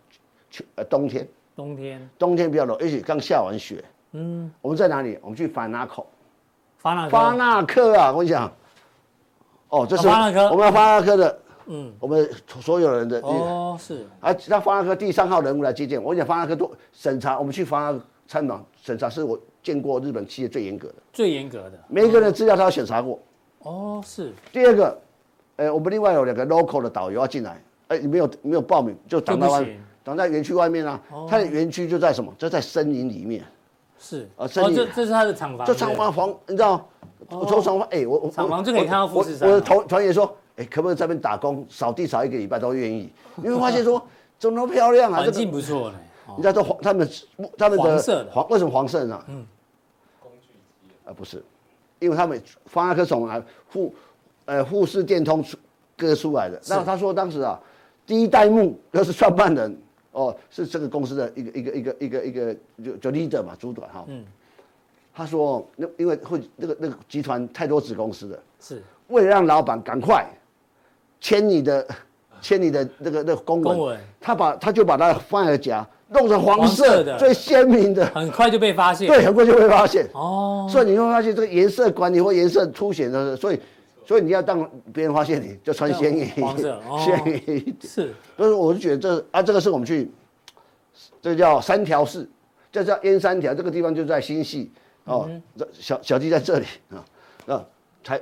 Speaker 3: 去呃冬天，
Speaker 2: 冬天
Speaker 3: 冬天比较冷，而且刚下完雪，嗯，我们在哪里？我们去法纳口，
Speaker 2: 发那
Speaker 3: 巴纳克啊，我跟你讲，哦，这是
Speaker 2: 哦巴纳克
Speaker 3: 我们巴纳克的，
Speaker 2: 嗯
Speaker 3: 嗯，我们所有人的
Speaker 2: 哦是
Speaker 3: 啊，让方大哥第三号人物来接见我。我讲方大哥多审查，我们去方大哥参访审查，是我见过日本企业最严格的，
Speaker 2: 最严格的，
Speaker 3: 每一个人的资料他要审查过。
Speaker 2: 哦是
Speaker 3: 第二个，呃，我们另外有两个 local 的导游要进来，哎、你没有没有报名就挡在
Speaker 2: 就
Speaker 3: 外
Speaker 2: 不行，哦
Speaker 3: 挡在园区外面啊。他的园区就在什么？就在森林里面，
Speaker 2: 是，
Speaker 3: 啊
Speaker 2: 哦
Speaker 3: 森林
Speaker 2: 这这是他的厂房，
Speaker 3: 就
Speaker 2: 对不
Speaker 3: 长
Speaker 2: 对
Speaker 3: 房房，你知道？我从长房，哎、我我
Speaker 2: 厂房就可以看到富士山
Speaker 3: 我我
Speaker 2: 啊
Speaker 3: 我的团团员说，哎、可不可以在那边打工，扫地扫一个礼拜都愿意？你会发 现说，怎么那么漂亮啊？
Speaker 2: 环
Speaker 3: 这个
Speaker 2: 境不错呢，哦
Speaker 3: 你知道这黄他们是他们的
Speaker 2: 黄色的嗯
Speaker 3: 黄为什么黄色呢？
Speaker 5: 工具机
Speaker 3: 啊，不是，因为他们方阿科从啊护呃护士电通出割出来的。那他说当时啊，第一代目就是创办人哦，是这个公司的一个一个一个一个一个就就 leader 嘛，主管哈。
Speaker 2: 嗯
Speaker 3: 他说那因为会那个那个集团太多子公司了，
Speaker 2: 是
Speaker 3: 为了让老板赶快签你 的签你的那个那个公文，
Speaker 2: 公文
Speaker 3: 他把他就把它放在夹弄成黄
Speaker 2: 黄
Speaker 3: 色
Speaker 2: 色的
Speaker 3: 最鲜明 的，
Speaker 2: 很快就被发现，
Speaker 3: 对，很快就会发现。
Speaker 2: 哦，
Speaker 3: 所以你会发现这个颜色管理或颜色凸显的，所以所以你要让别人发现你就穿鲜艳一点，
Speaker 2: 黄色哦
Speaker 3: 鲜艳一点。
Speaker 2: 是
Speaker 3: 所以我就觉得这啊，这个是我们去，这叫三条市，这叫燕三条，这个地方就在新系哦，
Speaker 2: 嗯
Speaker 3: 这小小弟在这里啊，那才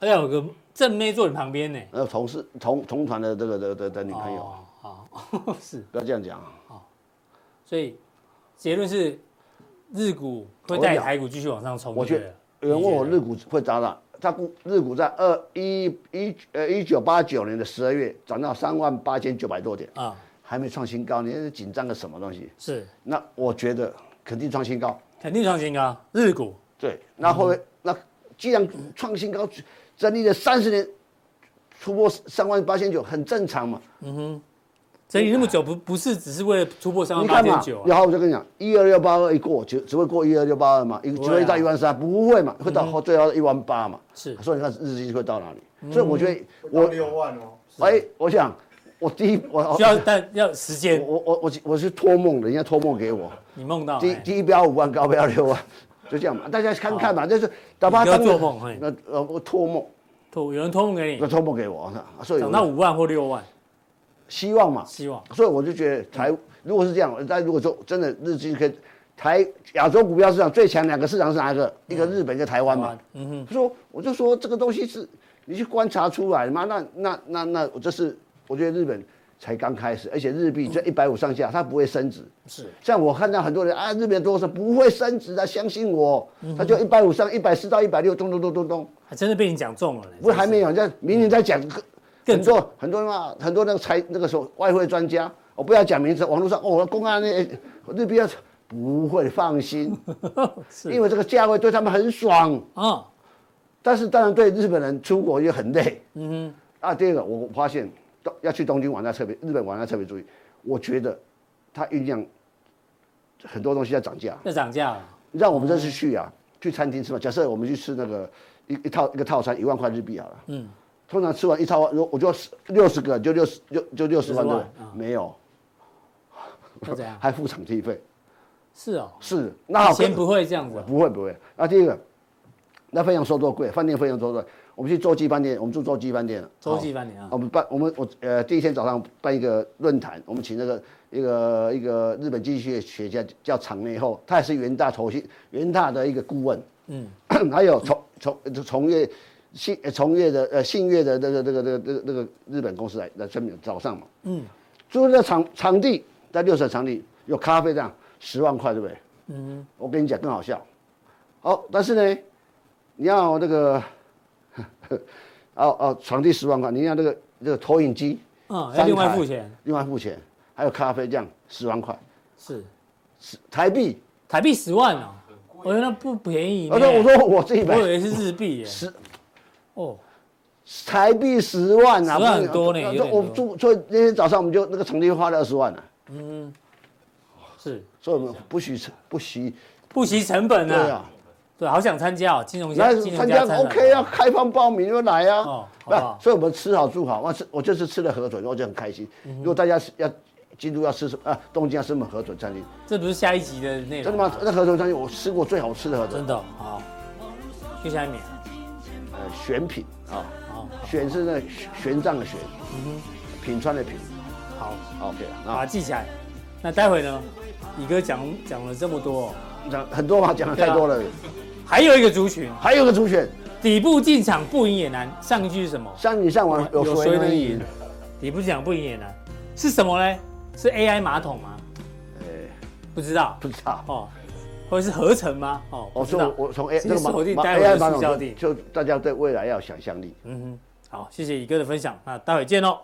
Speaker 2: 哎呀，有个正妹坐你旁边呢，
Speaker 3: 呃同事同同团的这个的的的女朋友，
Speaker 2: 哦，好是，
Speaker 3: 不要这样讲啊。
Speaker 2: 所以结论是日股会
Speaker 3: 我跟
Speaker 2: 带
Speaker 3: 你讲
Speaker 2: 台股继续往上冲，
Speaker 3: 我
Speaker 2: 对
Speaker 3: 觉
Speaker 2: 不对
Speaker 3: 得有人问我日股会涨涨，它股日股在二一一呃一九八九年的十二月涨到三万八千九百多点，
Speaker 2: 啊
Speaker 3: 还没创新高，你是紧张个什么东西？
Speaker 2: 是
Speaker 3: 那我觉得肯定创新高，
Speaker 2: 肯定创新高，日股
Speaker 3: 对，那后来那既然创新高，整理了三十年，突破三万八千九，很正常嘛。
Speaker 2: 整理那么久不不是只是为了突破三万
Speaker 3: 啊你
Speaker 2: 八
Speaker 3: 看嘛
Speaker 2: 千九，啊？
Speaker 3: 然后我就跟你讲，一二六八二一过，只只会过一二六八二嘛，一个
Speaker 2: 不
Speaker 3: 只
Speaker 2: 会啊嗯
Speaker 3: 会到一万三，不会嘛，会到后最后一万八嘛。
Speaker 2: 是嗯
Speaker 3: 所以你看日经会到哪里？所以我觉得
Speaker 4: 我
Speaker 3: 我
Speaker 4: 六万哦，
Speaker 3: 哎，我想我第一我我
Speaker 2: 需要但要时间，
Speaker 3: 我我我我是托梦的，人家托梦给我，
Speaker 2: 你梦到
Speaker 3: 第
Speaker 2: 哎
Speaker 3: 第一标五万，高标六万， 就这样嘛，大家看看嘛，就是打
Speaker 2: 啊你
Speaker 3: 发
Speaker 2: 不要
Speaker 3: 当
Speaker 2: 做梦嘿
Speaker 3: 那呃我托梦，
Speaker 2: 哎托有人托梦给
Speaker 3: 就
Speaker 2: 你，
Speaker 3: 托梦给我，那所以
Speaker 2: 涨到
Speaker 3: 我
Speaker 2: 五万或六万，
Speaker 3: 希望嘛，
Speaker 2: 希望
Speaker 3: 所以我就觉得台，如果是这样，但如果说真的日经可以，台亚洲股票市场最强两个市场是哪个？一个日本，一个台湾嘛。
Speaker 2: 嗯哼，
Speaker 3: 说我就说这个东西是你去观察出来嘛，那那那那我这是我觉得日本才刚开始，而且日币在一百五上下，它不会升值。
Speaker 2: 嗯是
Speaker 3: 像我看到很多人啊，日本多是不会升值的，相信我，
Speaker 2: 嗯
Speaker 3: 它就一百五上一百四到一百六，咚咚咚咚咚，
Speaker 2: 还真的被你讲中了呢，
Speaker 3: 不是还没有，这明年再讲更
Speaker 2: 更
Speaker 3: 很多很多人啊，很多那个财那个时候外汇专家，我不要讲名字，网络上哦，公安那日币要不会放心，
Speaker 2: 是
Speaker 3: 因为这个价位对他们很爽，
Speaker 2: 啊，
Speaker 3: 但是当然对日本人出国也很累。
Speaker 2: 嗯
Speaker 3: 啊，第二个我发现东要去东京玩，要特别日本玩要特别注意，我觉得它酝酿很多东西在涨价
Speaker 2: 哼，。要涨价了，
Speaker 3: 让我们这次去啊，去餐厅吃饭。假设我们去吃那个一一套一个套餐一万块日币好了，嗯，通常吃完一套，如果我就六十个，就六十就就六十万
Speaker 2: 60
Speaker 3: 对
Speaker 2: 万
Speaker 3: 吧，没有，
Speaker 2: 要怎样？
Speaker 3: 还付场地费，
Speaker 2: 是哦，
Speaker 3: 是那好
Speaker 2: 以前不会这样子哦，
Speaker 3: 不会不会。那第一个，那费用收多贵，饭店费用收多贵。我们去洲际饭店，我们住洲际饭店了。
Speaker 2: 洲际饭店啊
Speaker 3: 好我们哦办我们我呃第一天早上办一个论坛，我们请那个一个一个日本经济学学家叫场内厚，他也是元大投信元大的一个顾问。嗯， 还有从从从业信呃从业的呃信业的那个那个那个那个那个日本公司来来证明早上嘛。嗯，租的场场地在六省场地有咖啡这样十万块对不对？嗯，我跟你讲更好笑。好，但是呢，你要那个。 哦哦，场地十万块，你要那个那个投影机，
Speaker 2: 嗯，
Speaker 3: 三
Speaker 2: 要另外
Speaker 3: 台
Speaker 2: 付钱，
Speaker 3: 另外付钱，还有咖啡这样十万块
Speaker 2: 是
Speaker 3: 台币。
Speaker 2: 台币十万哦，我觉得不便宜呢，
Speaker 3: 哦我说我说我自己
Speaker 2: 我
Speaker 3: 买
Speaker 2: 以为是日币耶，
Speaker 3: 十
Speaker 2: 哦，
Speaker 3: 台币十万啊，
Speaker 2: 10万
Speaker 3: 不是
Speaker 2: 多呢
Speaker 3: 那
Speaker 2: 有点
Speaker 3: 我
Speaker 2: 多
Speaker 3: 住所以那天早上我们就那个场地花了二十万了、啊
Speaker 2: 是
Speaker 3: 所以我们不许不许
Speaker 2: 不惜成本
Speaker 3: 对
Speaker 2: 啊
Speaker 3: 啊，，
Speaker 2: 对，好想参加哦，金融家
Speaker 3: 那
Speaker 2: 金融
Speaker 3: 参
Speaker 2: 家
Speaker 3: 加
Speaker 2: 参
Speaker 3: OK 啊，，开放报名就来啊。
Speaker 2: 哦好不
Speaker 3: 那
Speaker 2: 好
Speaker 3: 所以我们吃好住好，我吃我这次吃了河豚，我就很开心。
Speaker 2: 嗯
Speaker 3: 如果大家是要京都要吃什么啊，东京要吃什么河豚餐厅，
Speaker 2: 这不是下一集的内
Speaker 3: 真
Speaker 2: 容啊，
Speaker 3: 的吗？那河豚餐厅我吃过最好吃的河豚
Speaker 2: 真，的哦好，去下一面，
Speaker 3: 呃，选品啊。
Speaker 2: 嗯好嗯
Speaker 3: 玄是那玄玄奘的玄，品川的品
Speaker 2: 好
Speaker 3: ，OK
Speaker 2: 好，把它
Speaker 3: 啊，
Speaker 2: 记起来。那待会呢，李哥讲讲了这么多哦，
Speaker 3: 讲很多嘛，讲的太多
Speaker 2: 啊
Speaker 3: 了。
Speaker 2: 还有一个族群
Speaker 3: 还有个主选，
Speaker 2: 底部进场不赢也难，上一句是什么？
Speaker 3: 像你上网有谁能赢？。
Speaker 2: 底部进场不赢也难，是什么呢？是 AI 马桶吗？
Speaker 3: 哎，
Speaker 2: 不知道
Speaker 3: 不知道。
Speaker 2: 哦，或者是合成吗？哦，不
Speaker 3: 我
Speaker 2: 知
Speaker 3: 说
Speaker 2: 道
Speaker 3: 我。我从 A
Speaker 2: 其实
Speaker 3: 马
Speaker 2: 锁定
Speaker 3: 马
Speaker 2: 待会的
Speaker 3: AI 马
Speaker 2: 速效
Speaker 3: 桶
Speaker 2: 定
Speaker 3: 就就大家对未来要有想象力。
Speaker 2: 嗯哼，好，谢谢乙哥的分享，那待会见喽。